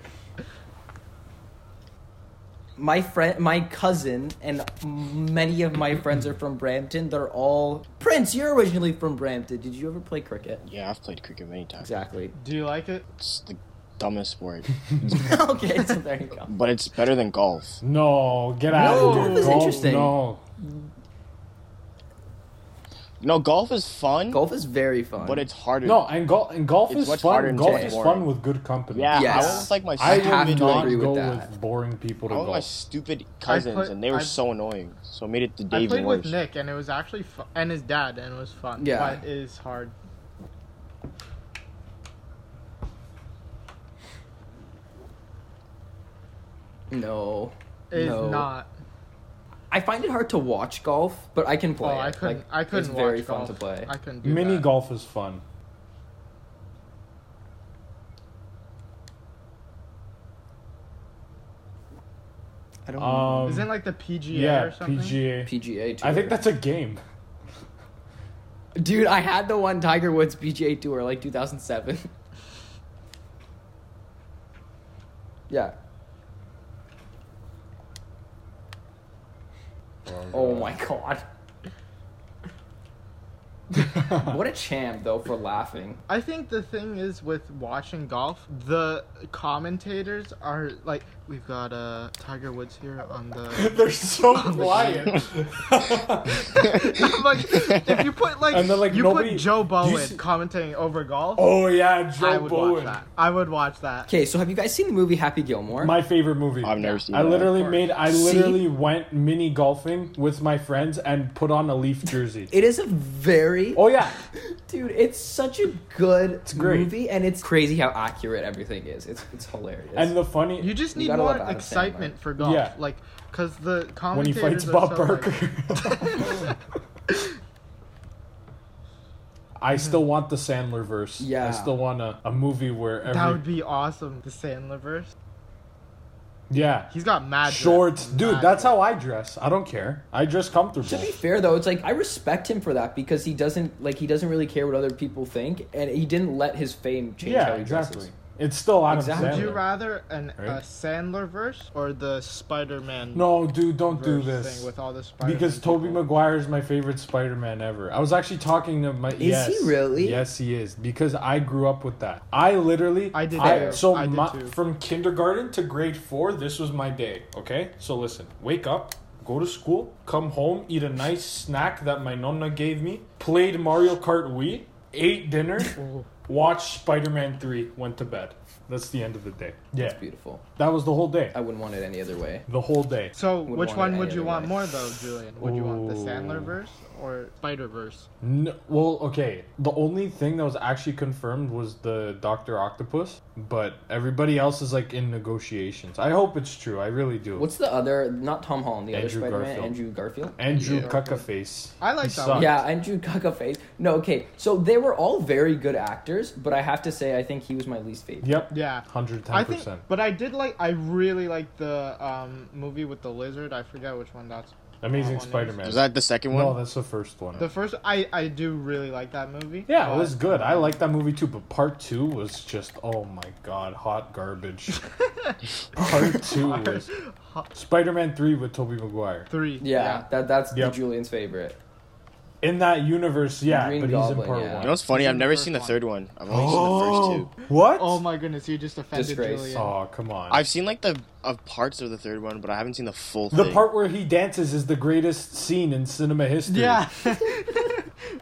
My friend, my cousin, and many of my friends are from Brampton. They're all Prince. You're originally from Brampton. Did you ever play cricket? Yeah, I've played cricket many times. Exactly. Do you like it? It's the dumbest sport, okay, so there you go. but it's better than golf. No, get out No, of here. golf is Golf, interesting. No. No, golf is fun, Golf is very fun. but it's harder. No, and, gol- and golf It's is much harder fun. and Golf to is play. fun with good company. Yeah, Yes. I was with, like my I stupid- have would to not agree with go that. with boring people to I was with my golf. stupid cousins, put- and they were I- so annoying. So it made it the day I played even worse. with Nick, and it was actually fu- and his dad, and it was fun. Yeah. but it is hard. no, It is no. not. I find it hard to watch golf, but I can Oh, play. I it. couldn't. Like, I couldn't. It's very watch fun golf. to play. I couldn't. Do Mini that. golf is fun. I don't Uh, Um, Isn't it like the PGA yeah, or something? PGA. PGA tour. I think that's a game. dude. I had the one Tiger Woods PGA tour like 2007. yeah. Oh my god. what a champ though for laughing. I think the thing is with watching golf, the commentators are like We've got uh, Tiger Woods here on the. They're so quiet. I'm like, if you put like, And then, like, you nobody- put Joe do you Bowen see- commentating over golf, oh yeah, Joe I would watch Bowen. that. I would watch that. Okay, so have you guys seen the movie Happy Gilmore? My favorite movie. I've never seen I that. literally made. I See? literally went mini golfing with my friends and put on a Leaf jersey. it is a very oh yeah, dude. It's such a good great. movie, and it's crazy how accurate everything is. It's it's hilarious. and the funny You just need gotta more love Adam Sandler. excitement for golf, Yeah. like, cause the when he commentators fights are Bob so, like- Barker. I still want the Sandler verse. I Yeah. still want a, a movie where every that would be awesome. The Sandlerverse. yeah He's got mad drip. shorts, dude. Mad That's drip. how I dress. I don't care. I dress comfortable. to be fair though, it's like I respect him for that because he doesn't like he doesn't really care what other people think, and he didn't let his fame change. yeah, how he exactly. Dresses. It's still Adam Exactly. Would you Sandler. rather an a Right? Sandlerverse or the Spider-Man? No, dude, don't do verse this. thing with all the Spider-Man Because Toby people? Maguire is my favorite Spider-Man ever. I was actually talking to my. Is he really? Yes, he is. Because I grew up with that. I literally. I did too. so I did my, too. from kindergarten to grade four, this was my day. Okay, so listen. Wake up. Go to school, come home, eat a nice snack that my nonna gave me, played Mario Kart Wii, ate dinner, watched Spider Man 3, went to bed. That's the end of the day. Yeah. It's beautiful. That was the whole day. I wouldn't want it any other way. The whole day. So, Would which want one it would you either want way. more though, Julian? Would you want the Ooh. Sandlerverse or Spider-Verse? No, well, okay. The only thing that was actually confirmed was the Doctor Octopus, but everybody else is like in negotiations. I hope it's true. I really do. What's the other? Not Tom Holland. The Andrew other Spider-Man, Garfield. Andrew Garfield. Andrew Yeah. Cuckaface? I like He that one. sucked. Yeah, Andrew Gaga face. No, okay. So they were all very good actors, but I have to say, I think he was my least favorite. Yep. Yeah. Hundred I ten think, percent. but I did like. I really like the um, movie with the lizard. I forget which one that's. Amazing that one is- Spider-Man. Was that the second one? No, that's the first one. The Oh, first, I I do really like that movie. Uh, yeah, but it was good. I liked that movie too, but part two was just oh my god, hot garbage. part two was Spider-Man three with Tobey Maguire. Three. Yeah, that that's Yep. the Julian's favorite. In that universe, yeah, Green but he's in Goblin, part yeah. You know one. what's funny? He's I've in the never first seen the one. third one. I've only seen the first two. What? Oh my goodness, you just offended Disgrace. Julian. Oh, come on. I've seen like the of parts of the third one, but I haven't seen the full The thing. part where he dances is the greatest scene in cinema history. Yeah.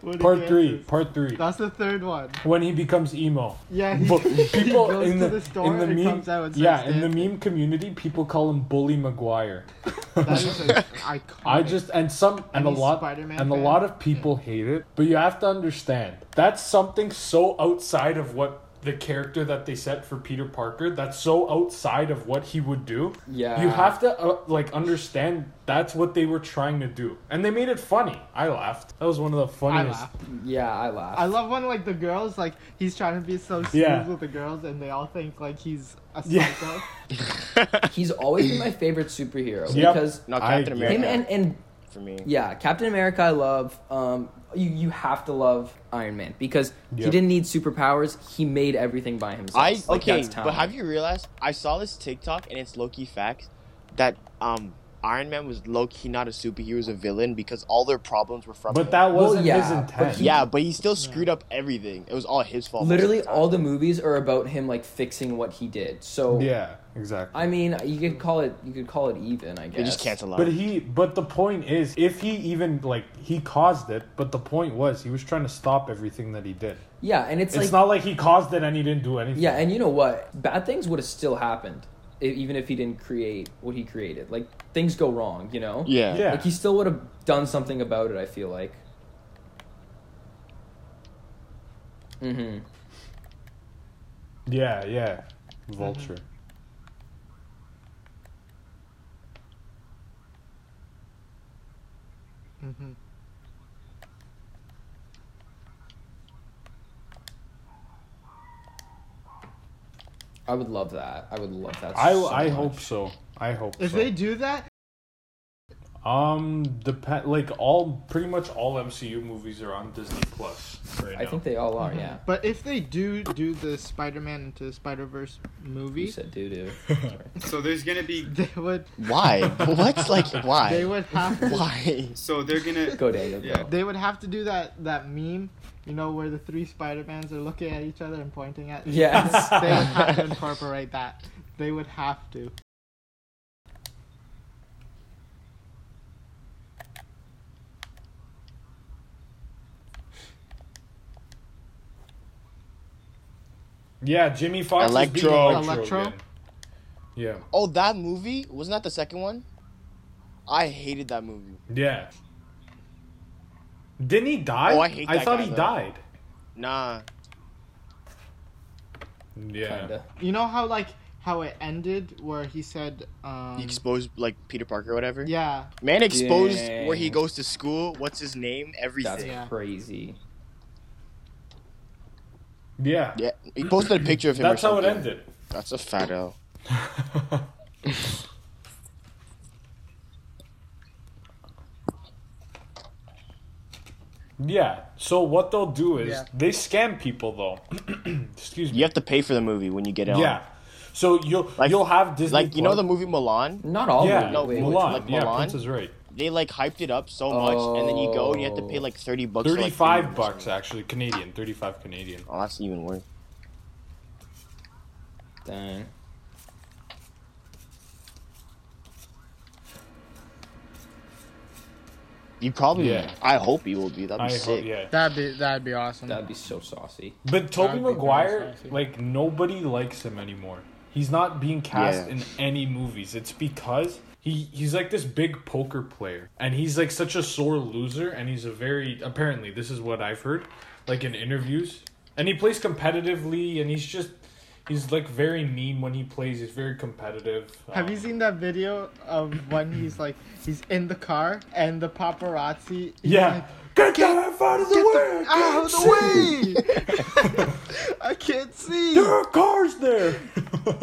What a Part guess. three. Part three. That's the third one. When he becomes emo. Yeah, he- Bu- he people goes in to the, the store in the and meme. he comes out and yeah, starts in the dancing. meme community, people call him Bully Maguire. That is a- iconic. I just and some and Any a lot Spider-Man and a fan? lot of people hate it, but you have to understand that's something so outside of what the character that they set for Peter Parker that's so outside of what he would do. Yeah. you have to uh, like understand that's what they were trying to do, and they made it funny. I laughed. That was one of the I funniest. laugh. Yeah, I laugh. I love when like the girls like he's trying to be so smooth Yeah. with the girls and they all think like he's a Yeah. psycho. He's always been my favorite superhero Yep. because no, I- Captain yeah. America him and and for me. yeah, Captain America. I love. Um, you you have to love Iron Man because he Yep. didn't need superpowers. He made everything by himself. I Like, okay, that's talent. but have you realized? I saw this TikTok and it's low key fact that um Iron Man was low key not a superhero, he was a villain because all their problems were from. him. But that Well, wasn't yeah, his but intent. he- yeah, but he still screwed up everything. It was all his fault. Literally, all the movies are about him like fixing what he did. So Yeah, exactly. I mean, you could call it you could call it even. I guess they just cancel out. But he, but the point is, if he even like he caused it, but the point was he was trying to stop everything that he did. Yeah, and it's, It's like not like he caused it and he didn't do anything. Yeah, and you know what? Bad things would have still happened, e- even if he didn't create what he created. Like things go wrong, you know. yeah, Yeah. Like he still would have done something about it. I feel like. Mm-hmm. yeah, yeah. Vulture. Mm-hmm. hmm I would love that. I would love that. I, so I much. hope so. I hope If so. they do that, um, depend like all pretty much all MCU movies are on Disney Plus right now. I think they all are. Yeah. but if they do do the Spider-Man into the Spider-Verse You movie, said doo doo. So there's gonna be they would Why? What's like they why? would have to Why? so they're gonna Go Daniel. Go. Yeah. They would have to do that that meme, you know, where the three Spider-Mans are looking at each other and pointing at. Yes. They would have to incorporate that. They would have to. Yeah, Jimmy Fox is being Electro. Electro. Electro? again. Yeah, Oh, that movie wasn't that the second one? I hated that movie. yeah. Didn't he die? Oh, I hate that thought guy, he though. died. Nah, Yeah. Kinda. You know how like how it ended where he said, um, he exposed like Peter Parker or whatever. yeah, Man exposed where he Dang. goes to school, what's his name, That's everything. Yeah. crazy. Yeah. Yeah, he posted a picture of him. That's or how it something. ended. That's a fat L. yeah. So what they'll do is Yeah. they scam people though. Excuse me. You have to pay for the movie when you get it. on. Yeah. So you'll Like- you'll have Disney. Like you know Plus- the movie Milan, Not all. yeah, really. no, Wait, Mulan. wait. like yeah, Mulan? Prince is right. they like hyped it up so much, and then you go and you have to pay like thirty bucks. for, like, three Thirty-five movies. bucks actually, Canadian. Thirty-five Canadian. Oh, that's even worse. Dang. You probably. Yeah. I hope he will be. That'd I be hope- sick. yeah. that'd be that'd be awesome. That'd be so saucy. But Toby That'd be Maguire, very saucy. like nobody likes him anymore. He's not being cast Yeah. in any movies. It's because he he's like this big poker player, and he's like such a sore loser, and he's a very apparently this is what I've heard, like in interviews, and he plays competitively, and he's just he's like very mean when he plays. He's very competitive. Have you Um, seen that video of when he's like he's in the car and the paparazzi? he's Yeah. like, Get the F out of the Get way! the, out of the way! I can't see. There are cars there.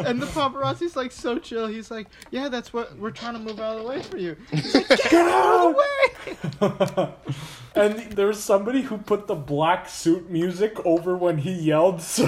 And the paparazzi's like so chill. He's like, yeah, that's what we're trying to move out of the way for you. Get out! Way! and there was somebody who put the black suit music over when he yelled. So,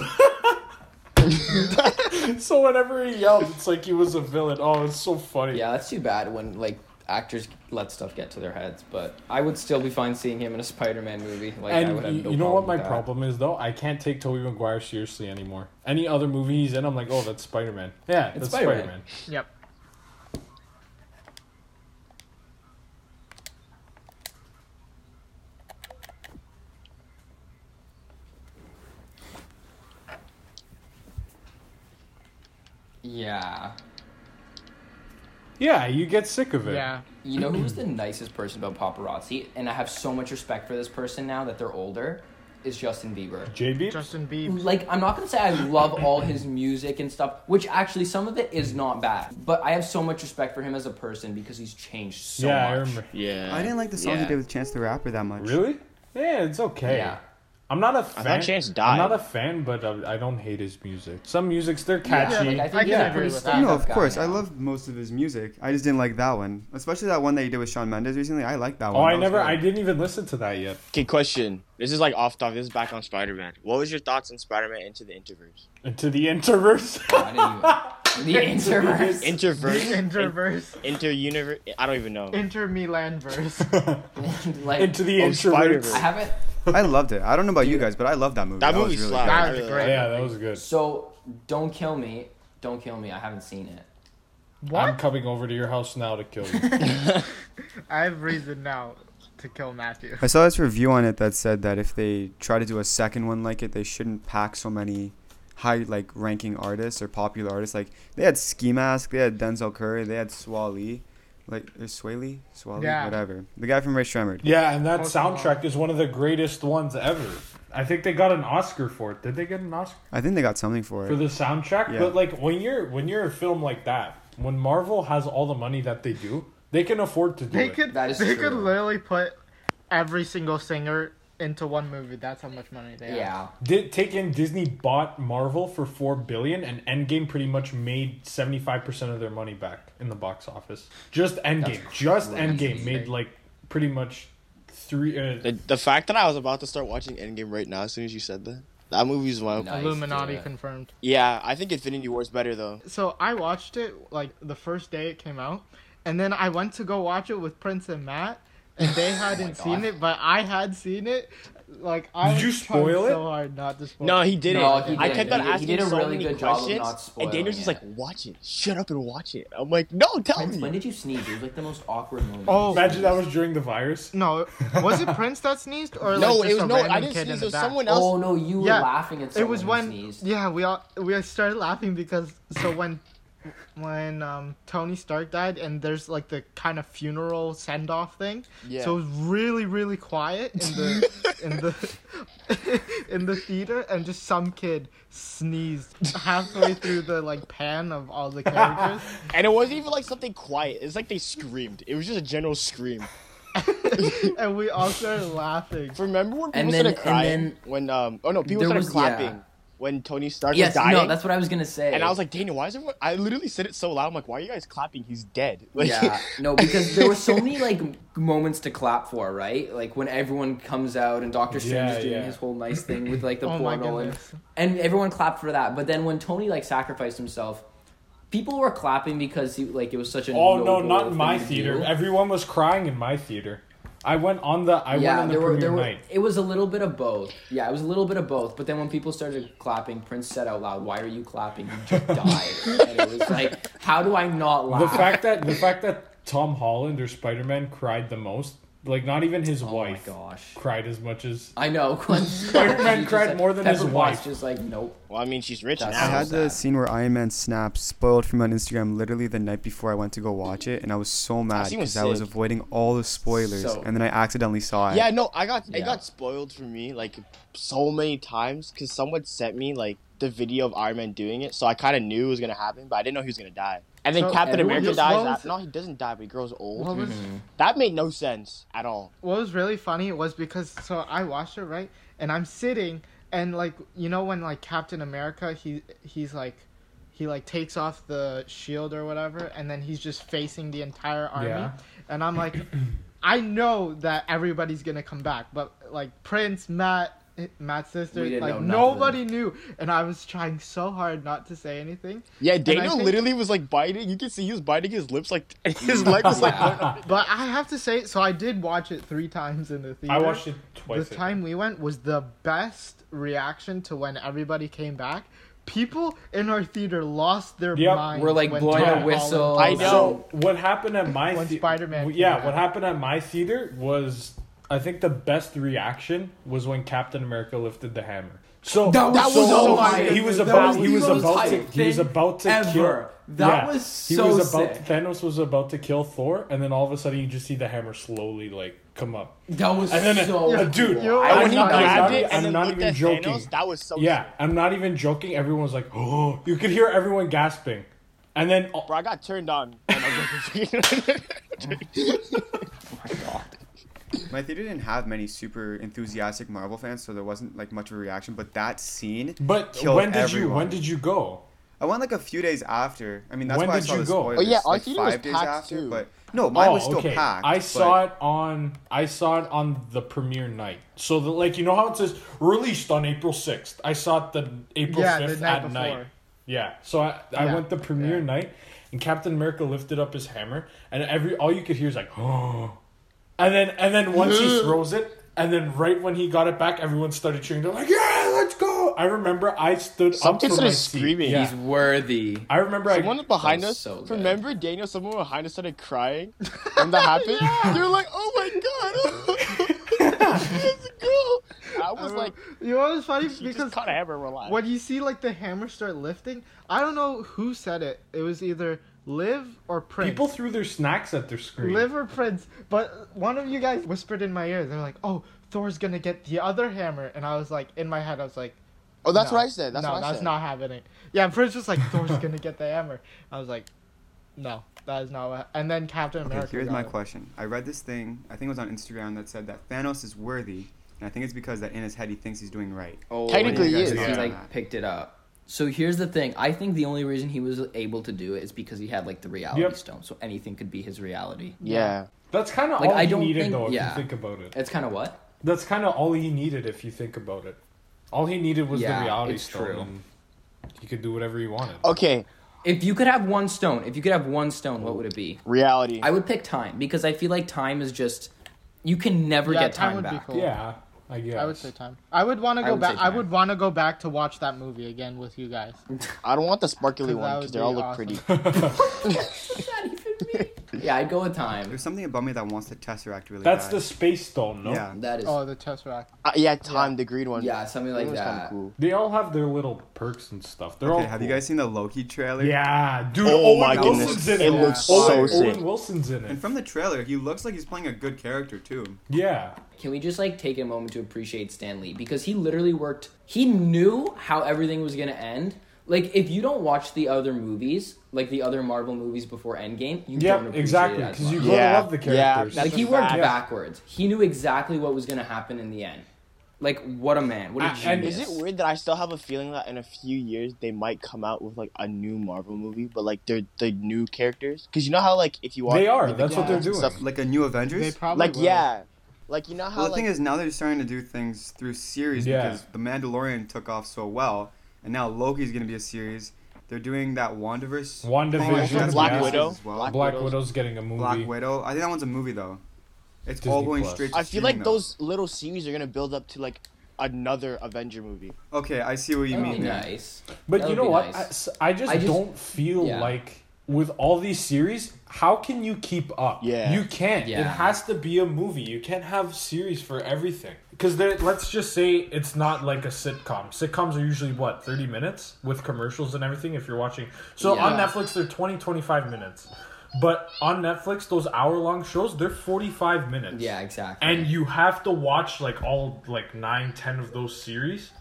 so whenever he yelled, it's like he was a villain. Oh, it's so funny. Yeah, that's too bad when like actors let stuff get to their heads. But I would still be fine seeing him in a Spider-Man movie. Like I And would have you, no you know what problem my with that. problem is though? I can't take Tobey Maguire seriously anymore. Any other movie he's in, I'm like, oh, that's Spider Man. Yeah, that's Spider-Man. Spider Man. Yep. Yeah. Yeah, you get sick of it. Yeah. You know who's the nicest person about paparazzi, and I have so much respect for this person now that they're older, is Justin Bieber. JB. Justin Bieber. Like I'm not gonna say I love all his music and stuff, which actually some of it is not bad. But I have so much respect for him as a person because he's changed so yeah, I much. remember. Yeah. I didn't like the song he Yeah. did with Chance the Rapper that much. Really? Yeah, it's okay. Yeah. I'm not a fan. Chance I'm died. not a fan, but I, I don't hate his music. Some music's they're catchy. like, I think I he's can a agree pretty with that. stand-up No, of guy course. I now. love most of his music. I just didn't like that one, especially that one that he did with Sean Mendes recently. I like that oh, one. I That was never. good. I didn't even listen to that yet. Okay, question. This is like off topic. This is back on Spider Man. What was your thoughts on Spider Man Into the Interverse? Into the introverse. I didn't even. The interverse. Interverse. Interverse. Inter universe. I don't even know. Inter Milan verse. like, Into the Oh, introverse. Spider-Verse. I haven't. I loved it. I don't know about you guys, but I loved that movie. That was movie really slapped. good. That I was really great. liked yeah, that was good. So don't kill me. Don't kill me. I haven't seen it. I'm coming over to your house now to kill you. I have reason now to kill Matthew. I saw this review on it that said that if they try to do a second one like it, they shouldn't pack so many high like ranking artists or popular artists. Like they had Ski Mask, they had Denzel Curry, they had Swali, like or Swaley, Swali, Yeah. whatever. The guy from Ray Shremmerd. yeah, and that Post Malone. soundtrack is one of the greatest ones ever. I think they got an Oscar for it. Did they get an Oscar I think they got something for it. for the soundtrack? Yeah. But like when you're when you're a film like that, when Marvel has all the money that they do, they can afford to do They it. could That is they true. could literally put every single singer into one movie. That's how much money they Yeah. have. Did take in Disney bought Marvel for four billion, and Endgame pretty much made seventy five percent of their money back in the box office. Just Endgame, just Endgame made like pretty much three. Uh, The, the fact that I was about to start watching Endgame right now as soon as you said that. That movie's wild. Nice, Illuminati dude. confirmed. Yeah, I think Infinity War's better though. So I watched it like the first day it came out, and then I went to go watch it with Prince and Matt, and they hadn't seen God. it, but I had seen it. Like I Oh Did you was trying spoil it? so hard not to spoil. No, he didn't. No, he I didn't. kept on He- he asking did a so really many good job of questions, not and Daniel's just spoiling like, "Watch it. Shut up and watch it." I'm like, "No, tell Prince, me." when did you sneeze? It was like the most awkward moment. Oh. Imagine that was during the virus. No, was it Prince that sneezed or no, like just it was a no. random I didn't kid sneeze. It in was the back? someone else. Oh no, you were Yeah, laughing at someone It was who when sneezed. yeah we all we started laughing because so when when um Tony Stark died and there's like the kind of funeral send off thing. Yeah. So it was really really quiet in the in the in the theater and just some kid sneezed halfway through the like pan of all the characters. And it wasn't even like something quiet. It's like they screamed. It was just a general scream. and we all started laughing. Remember when people And then- started and crying? then- when um oh no, people There started was- yeah. clapping when Tony Stark yes, was dying. no, that's what I was gonna say. and I was like, Daniel, why is everyone? I literally said it so loud. I'm like, why are you guys clapping? He's dead. Like, yeah, no, because there were so many like m- moments to clap for, right? Like when everyone comes out and Doctor Strange Yeah, is doing yeah. his whole nice thing with like the Oh my portal, and, goodness. and everyone clapped for that. But then when Tony like sacrificed himself, people were clapping because he like it was such a Oh no, noble not in thing my to theater. do. Everyone was crying in my theater. I went on the I went yeah, on the there were premiere there were. night. It was a little bit of both. Yeah, it was a little bit of both. But then when people started clapping, Prince said out loud, "Why are you clapping? You just died." and it was like, how do I not laugh? The fact that the fact that Tom Holland or Spider Man cried the most, like not even his oh my wife gosh. cried as much as I know. Spider-Man Spider-Man cried more than his wife. Just like nope. Well, I mean, she's rich That's I now. had the sad. scene where Iron Man snaps spoiled for me on Instagram literally the night before I went to go watch it, and I was so mad scene was because I was sick. avoiding all the spoilers, So- and then I accidentally saw it. Yeah, no, I got Yeah. it got spoiled for me like so many times because someone sent me like the video of Iron Man doing it, so I kind of knew it was gonna happen, but I didn't know he was gonna die. And then So- Captain And what America was- dies. what was- af- no, he doesn't die, but he grows old. What was Mm-hmm. That made no sense at all. what was really funny was because so I watched it right, and I'm sitting and like you know when like Captain America he he's like he like takes off the shield or whatever, and then he's just facing the entire army, Yeah. and I'm like, I know that everybody's gonna come back, but like Prince Matt. Matt's sister, We didn't like know nothing. nobody knew, and I was trying so hard not to say anything. Yeah, I Daniel think- literally was like biting. You can see he was biting his lips, like his leg was like. But I have to say, so I did watch it three times in the theater. I watched it the twice. time we went was the best reaction to when everybody came back. People in our theater lost their Yep. minds. We're like when blowing Tom a Holland- whistle. I know. So what happened at my When thea- Spider-Man came Yeah, out. what happened at my theater was I think the best reaction was when Captain America lifted the hammer. So That was so, so so he sick. was That about was he the was most about to hype he was thing about to ever. kill That yeah. was he so was about sick. Thanos was about to kill Thor and then all of a sudden you just see the hammer slowly like come up. That was And then a- so. a dude Yo, I'm And when he not- I'm grabbed not- it and I'm then not looked even at joking. Thanos, that was so. Yeah, I'm not even joking. Everyone was like, "Oh!" You could hear everyone gasping, and then Bro, I got turned on. when I was looking My theater didn't have many super enthusiastic Marvel fans, so there wasn't like much of a reaction. But that scene, But killed when did you everyone. when did you go? I went like a few days after. I mean, that's When why I did saw you the go? spoilers. Oh, yeah, our like theater was five days packed, after. too. But no, mine oh, was still okay. packed. I saw it on I saw it on the premiere night. So the, like you know how it says released on April sixth. I saw it the April Yeah, the fifth night at before. night. Yeah. So I, I Yeah, went the premiere yeah. night and Captain America lifted up his hammer and every all you could hear is like oh and then and then once he throws it and then right when he got it back everyone started cheering. They're like, Yeah, let's go. I remember I stood Some up kids from started my seat. screaming. Yeah. He's worthy. I remember I Someone behind was us. so good. remember Daniel? Someone behind us started crying when that happened. They were like, "Oh my god, let's go!" I was like, you know what was funny "You Uh, because just caught a hammer, relax." when you see like the hammer start lifting, I don't know who said it. It was either Liv or Prince. People threw their snacks at their screen. Liv or Prince, but one of you guys whispered in my ear. They're like, "Oh, Thor's gonna get the other hammer," and I was like, in my head, I was like. oh, that's No. what I said. That's no, what I that's said. not happening. Yeah, and Prince was like, Thor's gonna get the hammer. I was like, no, that is not what. And then Captain Okay, America. here's got my it. question. I read this thing, I think it was on Instagram, that said that Thanos is worthy, and I think it's because that in his head he thinks he's doing right. Oh, Technically, he is. He Yeah. like picked it up. So here's the thing. I think the only reason he was able to do it is because he had like the reality Yep. stone. So anything could be his reality. Yeah. That's kind of Like, all I he don't needed, think- though, if yeah. you think about it. It's kind of what. That's kind of all he needed, if you think about it. All he needed was Yeah, the reality it's stone. true. and He could do whatever he wanted. Okay. If you could have one stone, if you could have one stone, what would it be? Reality. I would pick time because I feel like time is just you can never Yeah, get time time, would be back. cool. Yeah, I guess. I would say time. I would want to go would back. say I time. would want to go back to watch that movie again with you guys. I don't want the sparkly 'Cause that one would because they be all look awesome. pretty. Yeah, I'd go with time. There's something about me that wants the tesseract really That's bad. the space stone, no? yeah. That is. Oh, the Tesseract. Uh, yeah, time the green one. yeah, something That like was kind that. of cool. They all have their little perks and stuff. They're all. Okay, have you cool. guys seen the Loki trailer? Yeah, dude. Oh Owen my goodness, Wilson's in it. it looks Owen, so Owen sick. Wilson's in it. And from the trailer, he looks like he's playing a good character too. Yeah. Can we just like take a moment to appreciate Stan Lee because he literally worked. He knew how everything was gonna end. Like if you don't watch the other movies, like the other Marvel movies before Endgame, you don't Yep, appreciate exactly. it as Because you much. grow to Yeah, love the yeah, characters. that's- like he a worked fact. backwards. He knew exactly what was gonna happen in the end. Like what a man! What a Uh, and genius! Is it weird that I still have a feeling that in a few years they might come out with like a new Marvel movie, but like they're the new characters? Because you know how like if you watch They are. the That's what they're comics and doing. Like a new They Avengers. probably like will. yeah, like you know how well, the like thing is, now they're starting to do things through series Yeah. because The Mandalorian took off so well, and now Loki's gonna be a series. They're doing that WandaVerse. thing, I think WandaVision, that's Black gonna be a Widow. series as well. Black Black, Black Widow's- Widow's getting a movie. Widow. I think that one's a movie though. It's all Disney going Plus. straight. To I feel like streaming, though. those little series are gonna build up to like another Avenger movie. Okay, I see what you Oh, That would mean. be there. nice. But you That would know be what? nice. I s- I, just I just- don't feel yeah. like with all these series, how can you keep up? Yeah. you can't. It Yeah. has to be a movie. You can't have series for everything. Because let's just say it's not like a sitcom. Sitcoms are usually what thirty minutes with commercials and everything. If you're watching, so on Yeah. Netflix they're 20, 25 minutes. But on Netflix, those hour-long shows they're forty-five minutes. Yeah, exactly. and you have to watch like all like nine ten of those series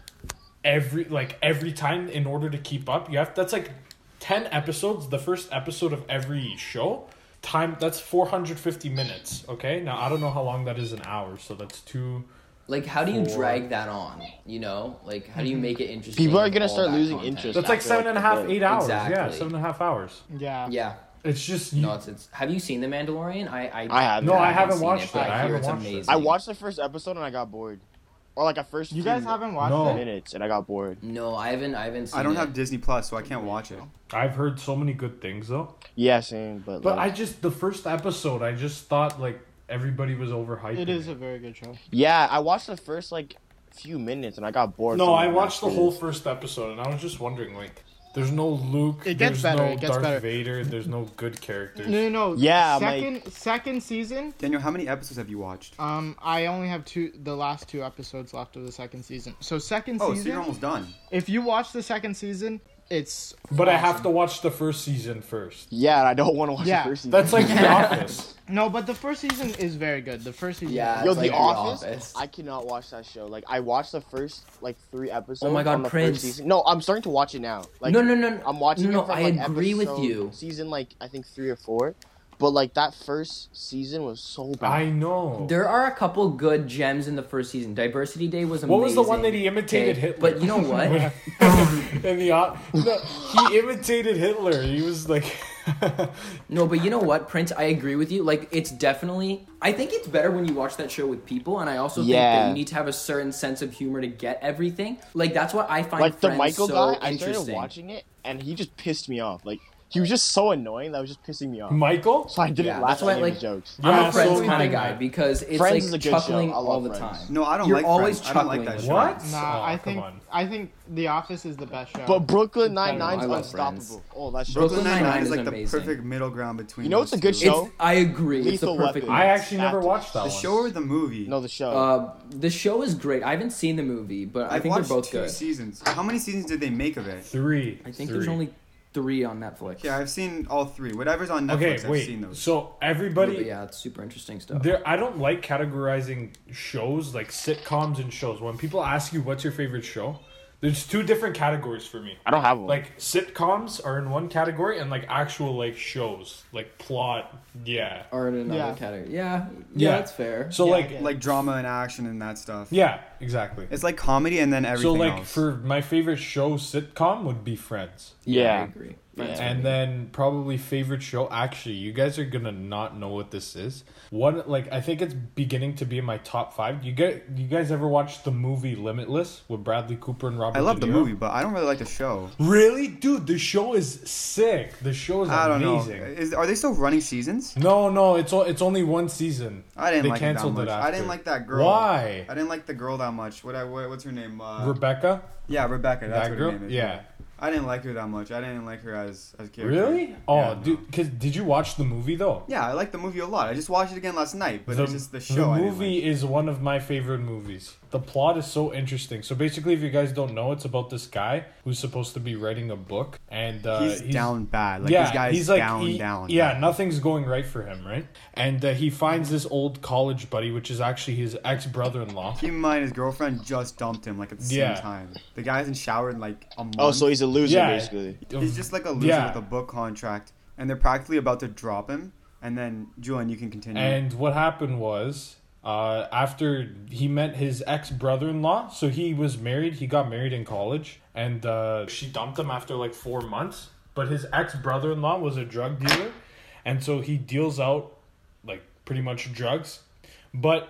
every like every time in order to keep up you have that's like 10 episodes the first episode of every show time that's 450 minutes okay now i don't know how long that is an hour so that's two like how do you Four. drag that on? You know, like how do you make it interesting? People are with gonna all start that losing content? interest. that's like After, seven like, and a half, eight the third. hours yeah Exactly. seven and a half hours yeah, Yeah. it's just you, No, it's, it's. Have you seen The Mandalorian? I I, I have. No, I haven't seen watched but it. I hear haven't it's watched it. amazing. I watched the first episode and I got bored, or like a first. You few guys haven't watched No. it? minutes and I got bored. No, I haven't. I haven't. Seen I don't it. have Disney Plus, so I can't watch it. i've heard so many good things though Yeah, same, but but i like, just the first episode i just thought like everybody was overhyped It is a very good show. yeah, I watched the first like few minutes and I got bored. No, so I I'm watched the not whole first episode, and I was just wondering, like, there's no Luke, It gets there's better, no it gets Darth better. Vader, there's no good characters. No, no, no. Yeah, second second season. Daniel, how many episodes have you watched? Um, I only have two, the last two episodes left of the second season. So second Oh, so season. you're almost done. if you watch the second season, it's. But I have to watch the first season first. Yeah, and I don't want to watch Yeah. the first season. That's like The Office. No, but the first season is very good. The first season. Yeah. Yo, It's The like The Office, Office. I cannot watch that show. Like, I watched the first like three episodes. Oh my God, on the first Prince. season. No, I'm starting to watch it now. Like, no, no, no. I'm watching. No, it from, I like, agree with episode- you. Season like I think three or four, but like that first season was so bad. I know. There are a couple good gems in the first season. Diversity Day was amazing. What was the one that he imitated okay? Hitler? But you know what? and the o- no, he imitated Hitler. He was like, no, but you know what, Prince? I agree with you. Like, it's definitely. I think it's better when you watch that show with people, and I also think Yeah. that you need to have a certain sense of humor to get everything. Like, that's what I find like the Friends Michael so guy, I started interesting. watching it and he just pissed me off. Like he was just so annoying that was just pissing me off. Michael. so I didn't Mm, Yeah, laugh that's at why, any of like- the jokes. I'm Yeah, a Friends so kind of am guy I. because it's Friends like is a good show. chuckling I love all the Friends. time. No, I don't You're like. always Friends. I don't like chuckling that with show. What? Nah, Oh, I come think on. I think The Office is the best show. But Brooklyn better. Nine Nine's I love unstoppable. Friends. Oh, that show. Brooklyn Brooklyn Nine Nine Nine is is like the amazing. perfect middle ground between. You know those what's a good two. show? It's, I agree. Lethal it's the perfect Weapon. I actually never Actors. watched that The one. show or the movie? No, the show. Uh, the show is great. I haven't seen the movie, but I, I've think they're watched both two good. seasons. How many seasons did they make of it? Three. I think Three. there's only three on Netflix. Yeah, I've seen all three. Whatever's on Okay, Netflix, I've seen wait. those. So but everybody, yeah, it's super interesting stuff. There, I don't like categorizing shows like sitcoms and shows. When people ask you what's your favorite show, there's two different categories for me. I don't have one. Like sitcoms are in one category, and like actual like shows, like plot. Yeah, Are in another Yeah. category. Yeah, yeah, Yeah. that's fair. So Yeah, I like, get it. Like drama and action and that stuff. yeah. exactly. It's like comedy and then everything So like else. for my favorite show sitcom would be Friends. Yeah. I agree. And then probably favorite show. Actually, you guys are gonna not know what this is. One like I think it's beginning to be in my top five. You get you guys ever watch the movie Limitless with Bradley Cooper and Robert? I love the De Niro? movie, but I don't really like the show. Really, dude, the show is sick. The show is I don't amazing. know. Is, are they still running seasons? No, no, it's o- it's only one season. I didn't They like it that canceled much. it I didn't after. like that girl. Why? I didn't like the girl that much. What I what, what's her name? Uh, Rebecca, yeah, Rebecca. That's that what girl. her name is. Yeah. I didn't like her that much. I didn't like her as as a character. Really? Oh, Yeah, no. dude, because did you watch the movie though? Yeah, I like the movie a lot. I just watched it again last night, but it's just the show. I didn't movie like. is one of my favorite movies. The plot is so interesting. So basically, if you guys don't know, it's about this guy who's supposed to be writing a book, and uh, he's, down bad. Like yeah, this guy's he's like down, he- down. Yeah, bad. nothing's going right for him, right? And uh, he finds this old college buddy, which is actually his ex brother in law. Keep in mind, his girlfriend just dumped him like at the Yeah. same time. The guy hasn't showered in like a month. Oh, so he's a loser Yeah, basically. he's just like a loser Um, Yeah. with a book contract, and they're practically about to drop him. And then Julian, you can continue. And what happened was, uh, after he met his ex brother in law, so he was married. He got married in college, and uh, she dumped him after like four months. But his ex brother in law was a drug dealer, and so he deals out like pretty much drugs. But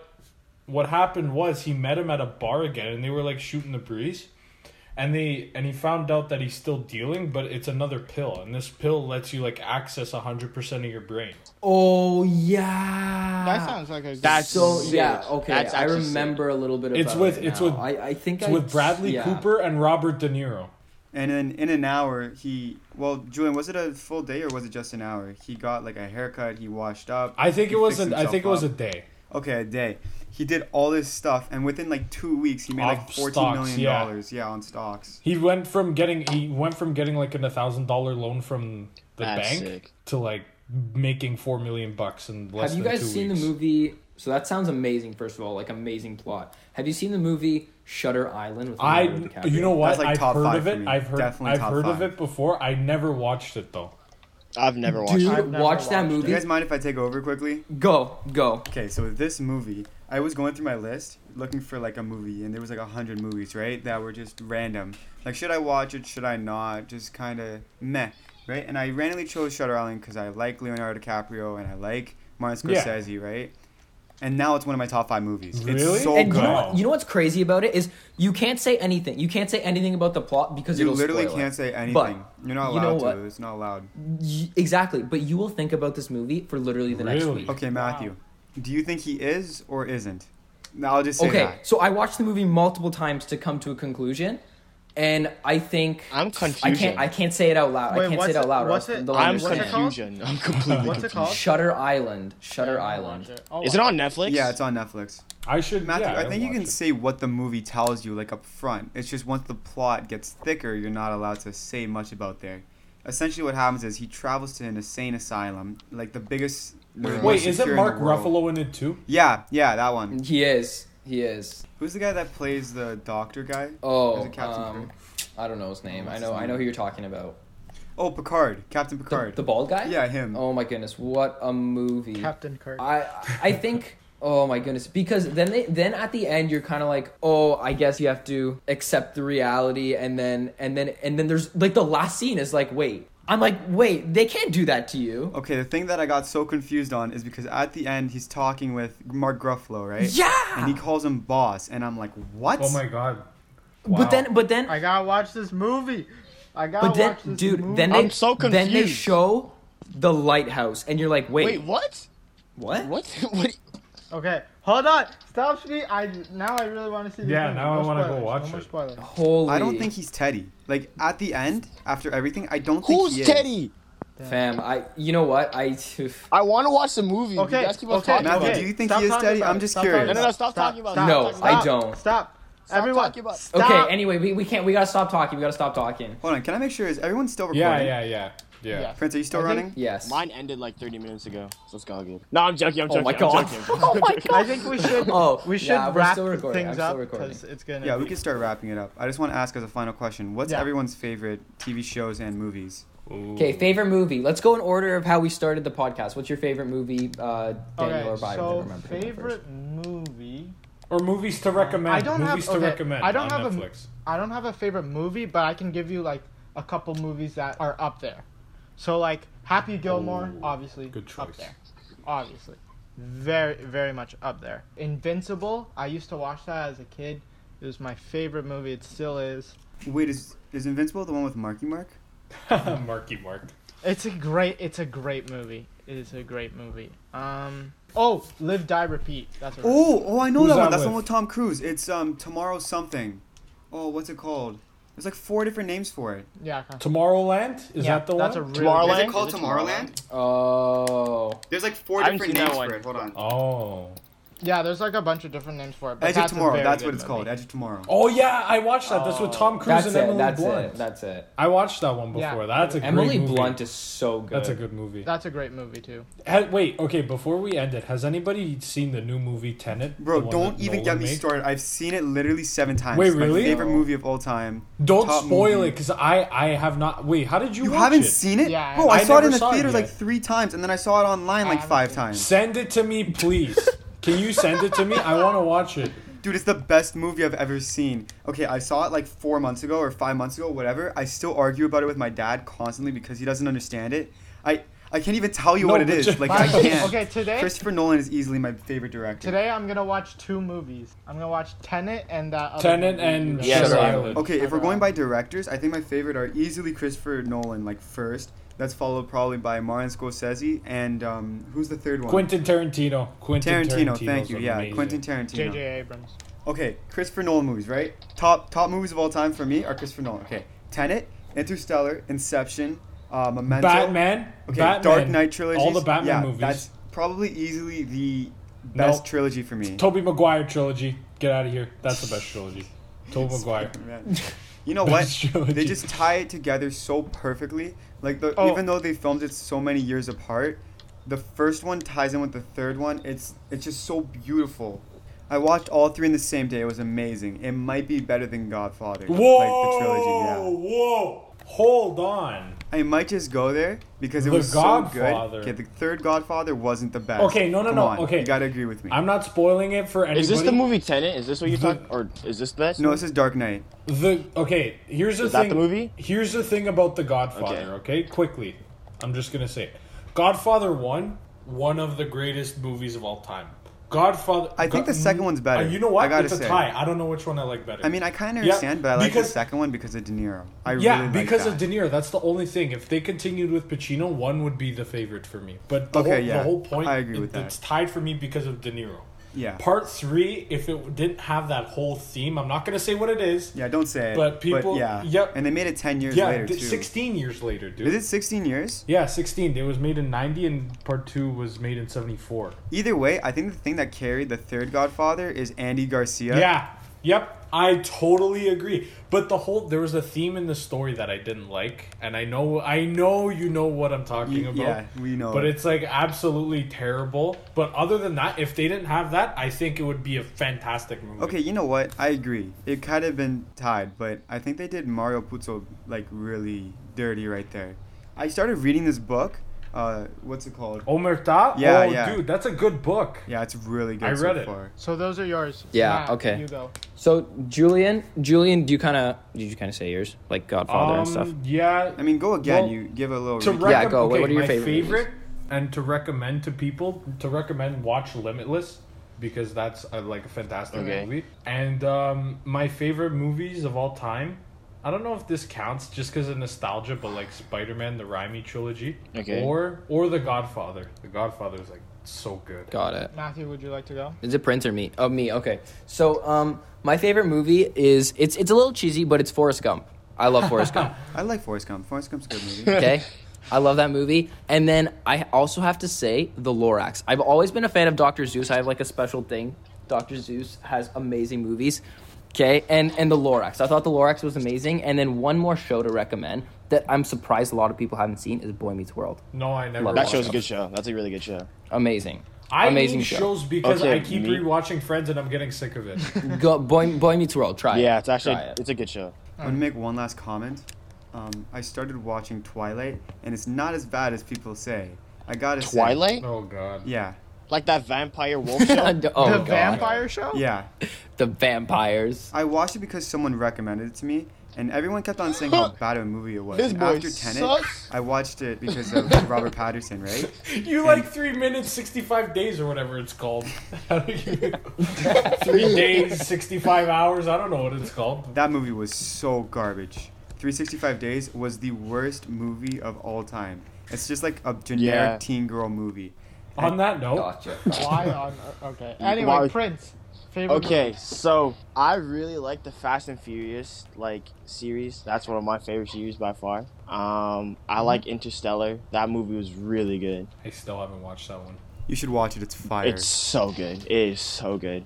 what happened was he met him at a bar again, and they were like shooting the breeze. And they and he found out that he's still dealing, but it's another pill, and this pill lets you like access hundred percent of your brain. Oh yeah. That sounds like a. That's so sick. yeah okay. That's I actually sick. remember a little bit. About It's with- it it's now. with- I, I think It's I- with Bradley yeah. Cooper and Robert De Niro. And then in an hour, he well, Julian, was it a full day or was it just an hour? He got like a haircut. He washed up. I think he it was fixed an, I himself think it was a up. day. okay a day. He did all this stuff, and within like two weeks, he made like Off fourteen stocks, million yeah. dollars. Yeah, on stocks. He went from getting he went from getting like an thousand dollar loan from the That's bank sick. to like making four million bucks in less Have you than guys two seen weeks. the movie? So that sounds amazing. First of all, like amazing plot. Have you seen the movie Shutter Island with I Leonardo DiCaprio? you know what That's, like, I've top heard five of for it me. I've heard Definitely I've top heard of five. it before I never watched it though I've never watched. it. I've Dude, never watch that watched it. Do you movie. guys mind if I take over quickly? Go, go. Okay, so with this movie, I was going through my list looking for like a movie, and there was like a hundred movies, right? That were just random. Like, should I watch it? Should I not? Just kind of meh, right? And I randomly chose Shutter Island because I like Leonardo DiCaprio and I like Martin Yeah. Scorsese, right? And now it's one of my top five movies. Really? It's so and good. you know, Wow. what, you know what's crazy about it is you can't say anything. You can't say anything about the plot because You it'll literally spoil it. can't say anything. You're not you know allowed what? to. It's not allowed. Y- exactly, but you will think about this movie for literally the next Really? week. Okay, Matthew, do you think he is or isn't? No, I'll just say Okay, that. so I watched the movie multiple times to come to a conclusion, and I think I'm I confusion. can't. I can't say it out loud. Wait, I can't what's say it out it- loud. or what's else it- they'll I'm What's it understand. called? confusion. I'm completely What's it confused. called? Shutter Island. Shutter Island. Oh, Is it on Netflix? Yeah, it's on Netflix. I should Matthew, yeah, I think you watch can it. say what the movie tells you, like up front. It's just once the plot gets thicker, you're not allowed to say much about there. Essentially, what happens is he travels to an insane asylum, like the biggest. or the most wait is it secure in the Mark world. Ruffalo in it too Yeah, yeah, that one. He is. He is. Who's the guy that plays the doctor guy? Is Oh, it Captain um, Kirk? I don't know his name. I What's know. his I name? know who you're talking about. Oh, Picard, Captain Picard. The bald guy. yeah, him. Oh my goodness! What a movie. Captain Kirk. I I think oh my goodness because then they then at the end you're kind of like oh I guess you have to accept the reality and then and then and then there's like the last scene is like wait I'm like wait they can't do that to you Okay, the thing that I got so confused on is because at the end he's talking with Mark Gruffalo, right? Yeah! And he calls him boss, and I'm like, what? oh my god Wow. but then but then I gotta watch this movie. I gotta but then watch this dude movie. then they I'm so then they confused. show the lighthouse and you're like wait, Wait, what? what What? what? Okay, hold on. Stop me. I now I really want to see. This Yeah, movie. now I no wanna go spoilers, watch no more it. Spoilers. holy I don't think he's Teddy. Like at the end, after everything, I don't think Who's he is. Teddy? fam I you know what I I want to watch the movie. You Okay, guys keep on okay, talking about Matthew, okay. do you think Stop he is talking Teddy? about I'm it. just Stop curious. talking No, no, no, stop talking about it. No, stop, I stop, don't. Stop. Stop Everyone, talking about it. stop. okay anyway we, we can't we gotta stop talking we gotta stop talking Hold on, can I make sure is everyone still recording? yeah yeah yeah yeah, Yeah. Prince, are you still I think- running? yes Mine ended like 30 minutes ago, so it's all good. No, I'm joking. I'm oh joking. my I'm god joking. oh my god I think we should. Oh, we should yeah, we're wrap still recording. things I'm up still recording. because it's gonna. Yeah, be- we can start wrapping it up. I just want to ask as a final question: What's Yeah. everyone's favorite TV shows and movies? Okay, favorite movie. Let's go in order of how we started the podcast. What's your favorite movie, uh, Daniel Okay, or Byron? I don't so remember who went first. favorite movie. Or movies to recommend. Uh, I don't have- movies okay, to recommend I don't on have a- Netflix. I don't have a favorite movie, but I can give you like a couple movies that are up there. So like Happy Gilmore, Oh, obviously good up choice. there. Obviously. Very very much up there. Invincible, I used to watch that as a kid. It was my favorite movie, it still is. Wait, is is Invincible the one with Marky Mark? Marky Mark. It's a great it's a great movie. It is a great movie. Um Oh, Live Die Repeat. That's what it is. Oh, oh, I know Who's that one. that That's the one with? with Tom Cruise. It's um tomorrow something. Oh, what's it called? There's like four different names for it. Yeah. kinda. Tomorrowland? Is Yeah, that the that's one? a really Tomorrowland? good- Is it called Is it Tomorrowland? Oh. There's like four I haven't different seen that names one. for it. Hold on. Oh. Yeah, there's like a bunch of different names for it. But Edge of that's a Tomorrow. very That's good what it's movie. called. Edge of Tomorrow. Oh yeah, I watched that. That's Oh. with Tom Cruise That's and it. Emily that's Blunt. it. That's it. I watched that one Yeah. before. That's a great Emily movie. Blunt is so good. That's a good movie. That's a great movie too. Ha- wait, okay. Before we end it, has anybody seen the new movie Tenet? The Bro, one don't that even Nolan get me made? started. I've seen it literally seven times. Wait, It's really? My favorite movie of all time. Don't Top spoil movie. it, cause I I have not. Wait, how did you? You watch it? haven't seen it? Yeah, Bro, I I, saw it never in the saw it theater like yet. three times, and then I saw it online like haven't five seen it. times. Send it to me, please. Can you send it to me? I want to watch it. Dude, it's the best movie I've ever seen. Okay, I saw it like four months ago or five months ago, whatever. I still argue about it with my dad constantly because he doesn't understand it. I I can't even tell you No, what it but is. just- Like I can't. okay, today Christopher Nolan is easily my favorite director. Today I'm gonna watch two movies. I'm gonna watch Tenet and that other Tenet movie you and guys- Yes, Shutter I- Island. Okay, if we're going by directors, I think my favorite are easily Christopher Nolan, like first. That's followed probably by Martin Scorsese and um, who's the third one? Quentin Tarantino. Quentin Tarantino. Tarantino's Thank you. Yeah, amazing. Quentin Tarantino. J.J. Abrams. Okay, Christopher Nolan movies, right? Top top movies of all time for me are Christopher Nolan. Okay, Tenet, Interstellar, Inception, uh, Memento, Batman. Okay, Batman. Dark Knight trilogy. All the Batman yeah, movies. That's probably easily the best Nope. trilogy for me. Toby Maguire trilogy. Get out of here. That's the best trilogy. Toby Maguire. Man. You know what? Best trilogy. They just tie it together so perfectly. Like the, Oh. even though they filmed it so many years apart, the first one ties in with the third one. It's it's just so beautiful. I watched all three in the same day. It was amazing. It might be better than Godfather. Whoa! Like the trilogy, yeah. Whoa! Hold on. I might just go there because it The was so Godfather. good. Okay, the third Godfather wasn't the best. Okay, no, no, Come no, on, okay. you gotta agree with me. I'm not spoiling it for anybody. Is this the movie Tenant? Is this what you're talking? Or is this the? no, this is Dark Knight. The okay. Here's the Is that thing. the movie? Here's the thing about the Godfather. Okay. quickly. I'm just gonna say, it. Godfather one, one of the greatest movies of all time. Godfather. I think Go- the second one's better. Uh, you know what? I gotta it's a say. tie. I don't know which one I like better. I mean, I kind of Yeah, understand, but I like the because- second one because of De Niro. I yeah, really like because that. of De Niro. That's the only thing. If they continued with Pacino, one would be the favorite for me. But the, Okay, whole, the yeah. whole point, I agree with that. It's tied for me because of De Niro. Yeah. Part three, if it didn't have that whole theme, I'm not gonna say what it is. Yeah, don't say it. But people- yeah. yep. And they made it 10 years Yeah, later, d- too. 16 years later, dude. Is it 16 years? Yeah, 16. It was made in 90 and part 2 was made in 74. Either way, I think the thing that carried the third Godfather is Andy Garcia. Yeah. Yep. I totally agree. But the whole there was a theme in the story that I didn't like and I know I know you know what I'm talking Y- about. yeah, we know. But it's like absolutely terrible. But other than that, if they didn't have that, I think it would be a fantastic movie. Okay, you know what? I agree. It could have been tied, but I think they did Mario Puzo like really dirty right there. I started reading this book. Uh, what's it called? Omerta? Yeah, oh, yeah. dude, that's a good book. Yeah, it's really good I so read it. far. So those are yours. Yeah, Matt, okay. You go. So Julian, Julian, do you kind of did you kind of say yours like Godfather and stuff? Um, yeah. I mean, go again. Well, you give a little. to recap. recommend, Yeah, go. What- what are your my favorite movies? and to recommend to people to recommend watch Limitless because that's a, like a fantastic Okay. movie. And um, my favorite movies of all time. I don't know if this counts just because of nostalgia, but like Spider Man, the Raimi trilogy, Okay. or or The Godfather. The Godfather is like so good. Got it. Matthew, would you like to go? Is it Prince or me? Oh, me. Okay. So, um, my favorite movie is it's it's a little cheesy, but it's Forrest Gump. I love Forrest Gump. I like Forrest Gump. Forrest Gump's a good movie. Okay. I love that movie. And then I also have to say The Lorax. I've always been a fan of Dr. Zeus. I have like a special thing. Dr. Zeus has amazing movies. Okay. And and The Lorax. I thought The Lorax was amazing. And then one more show to recommend that I'm surprised a lot of people haven't seen is Boy Meets World. No, I never. Love That watched show's a it. good show. That's a really good show. Amazing. I amazing need show. shows because Okay, I keep me- rewatching Friends and I'm getting sick of it. Go Boy Boy Meets World. Try it. Yeah, it's actually Try it. it's a good show. I'm gonna make one last comment. Um, I started watching Twilight, and it's not as bad as people say. I gotta say. Twilight. oh God. Yeah. Like that vampire wolf show. D- oh the god. vampire show? Yeah, The vampires. I watched it because someone recommended it to me, and everyone kept on saying how bad of a movie it was. This And boy After Tenet, sucks. I watched it because of Robert Patterson, right? You like three minutes, sixty-five days, or whatever it's called. three days, sixty-five hours. I don't know what it's called. That movie was so garbage. 365 Days was the worst movie of all time. It's just like a generic Yeah. teen girl movie. On that note, Gotcha. Why on? Okay. Anyway, Why- Prince. Favorite Okay, so I really like the Fast and Furious like series. That's one of my favorite series by far. Um, Mm-hmm. I like Interstellar. That movie was really good. I still haven't watched that one. You should watch it. It's fire. It's so good. It is so good.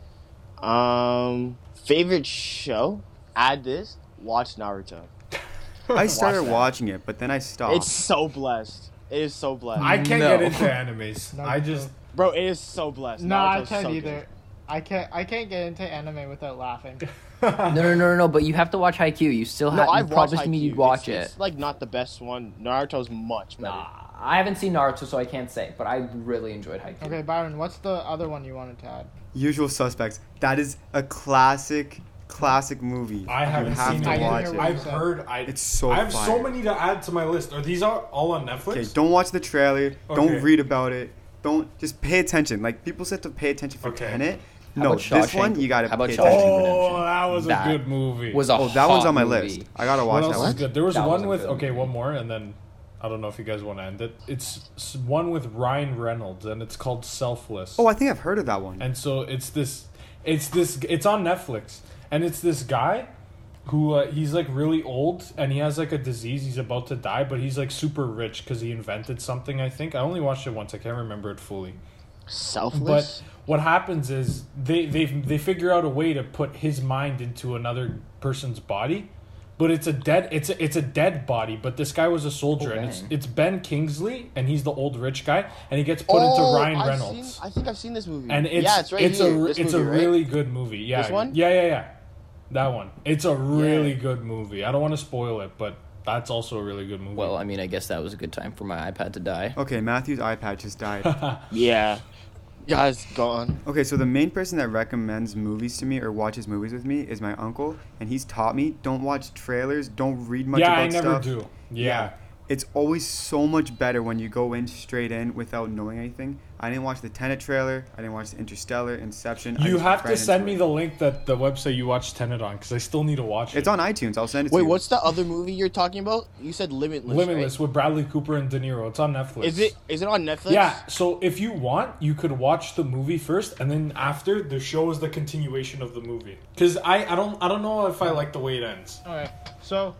Um, favorite show? Add this. Watch Naruto. I started watch that. watching it, but then I Oh. stopped. It's so blessed. It is so blessed, I can't No. get into animes. No. I just bro. It is so blessed. No, I Naruto's can't so either. good. I can't. I can't get into anime without laughing. No, no, no, no, no. But you have to watch Haikyuu. You still No, have. I've you watched. promised me Haikyuu. you'd watch It's- it. It's like not the best one. Naruto's much better. I haven't seen Naruto, so I can't say, but I really enjoyed Haikyuu. Okay, Byron, what's the other one you wanted to add? Usual Suspects. That is a classic, classic movie. I haven't you have seen to it. watch either. it. what you I've said. heard. I It's so I have so fire. many to add to my list. Are these are all on Netflix? Okay, don't watch the trailer. Okay. Don't read about it. Don't just pay attention. Like people said to pay attention for Okay. Tenet. about No, this Shawshank? one you gotta How about pay attention. Shawshank? Oh, Redemption. that was That a good movie. Was a Oh, that one's hot on my movie. list. I gotta what watch else that is one. good? There was That was one a with good okay, one more, and then I don't know if you guys want to end it. It's s- one with Ryan Reynolds, and it's called Selfless. Oh, I think I've heard of that one. and so it's this, it's this, it's on Netflix, and it's this guy who uh, he's like really old, and he has like a disease. He's about to die, but he's like super rich because he invented something. I think I only watched it once. I can't remember it fully. Selfless. But what happens is they they they figure out a way to put his mind into another person's body, but it's a dead it's a, it's a dead body. But this guy was a soldier, and it's dang. it's Ben Kingsley, and he's the old rich guy, and he gets put into Ryan Oh, I've Reynolds. seen- I think I've seen this movie. and it's yeah, it's right it's here. a re- this it's movie, a right? really good movie. Yeah, This one? yeah, yeah, yeah, that one. It's a really good movie. I don't want to spoil it, but that's also a really good movie. Well, I mean, I guess that was a good time for my iPad to die. Okay, Matthew's iPad just died. Yeah. Yeah, it's gone. okay, so the main person that recommends movies to me or watches movies with me is my uncle, and he's taught me don't watch trailers, don't read much yeah, about I never stuff. do. Yeah. It's always so much better when you go in straight in without knowing anything. I didn't watch the Tenet trailer. I didn't watch the Interstellar, Inception. I You just have ran to send into me it. the link that the website you watched Tenet on because I still need to watch it. It's on iTunes. I'll send it to Wait, you. what's the other movie you're talking about? You said Limitless. right? Limitless with Bradley Cooper and De Niro. It's on Netflix. Is it is it on Netflix? Yeah. So if you want, you could watch the movie first, and then after the show is the continuation of the movie. Because I, I don't I don't know if I like the way it ends. All right. So,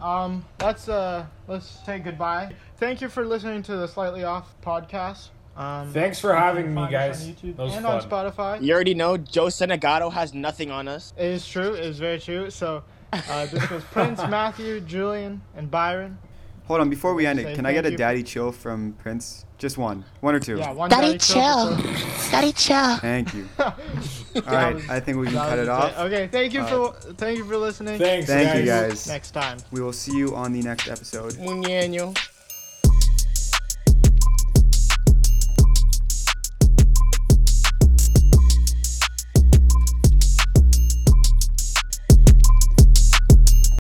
um, let's uh, let's say goodbye. Thank you for listening to the Slightly Off podcast. Um, Thanks for having me, find us guys. on That YouTube was and fun. on Spotify. You already know Joe Senegato has nothing on us. It is true. It is very true. So, uh, this was Prince, Matthew, Julian, and Byron. Hold on, before we end Say it, can I get thank a you. daddy chill from Prince? Just one. One or two. Yeah, one. daddy Daddy chill. episode. Daddy chill. Thank you. All right, was- I think we can That cut was it it. off. Okay. Thank you for All thank you for listening. Thanks, Thank guys. you guys. Next time. We will see you on the next episode. Muñeño.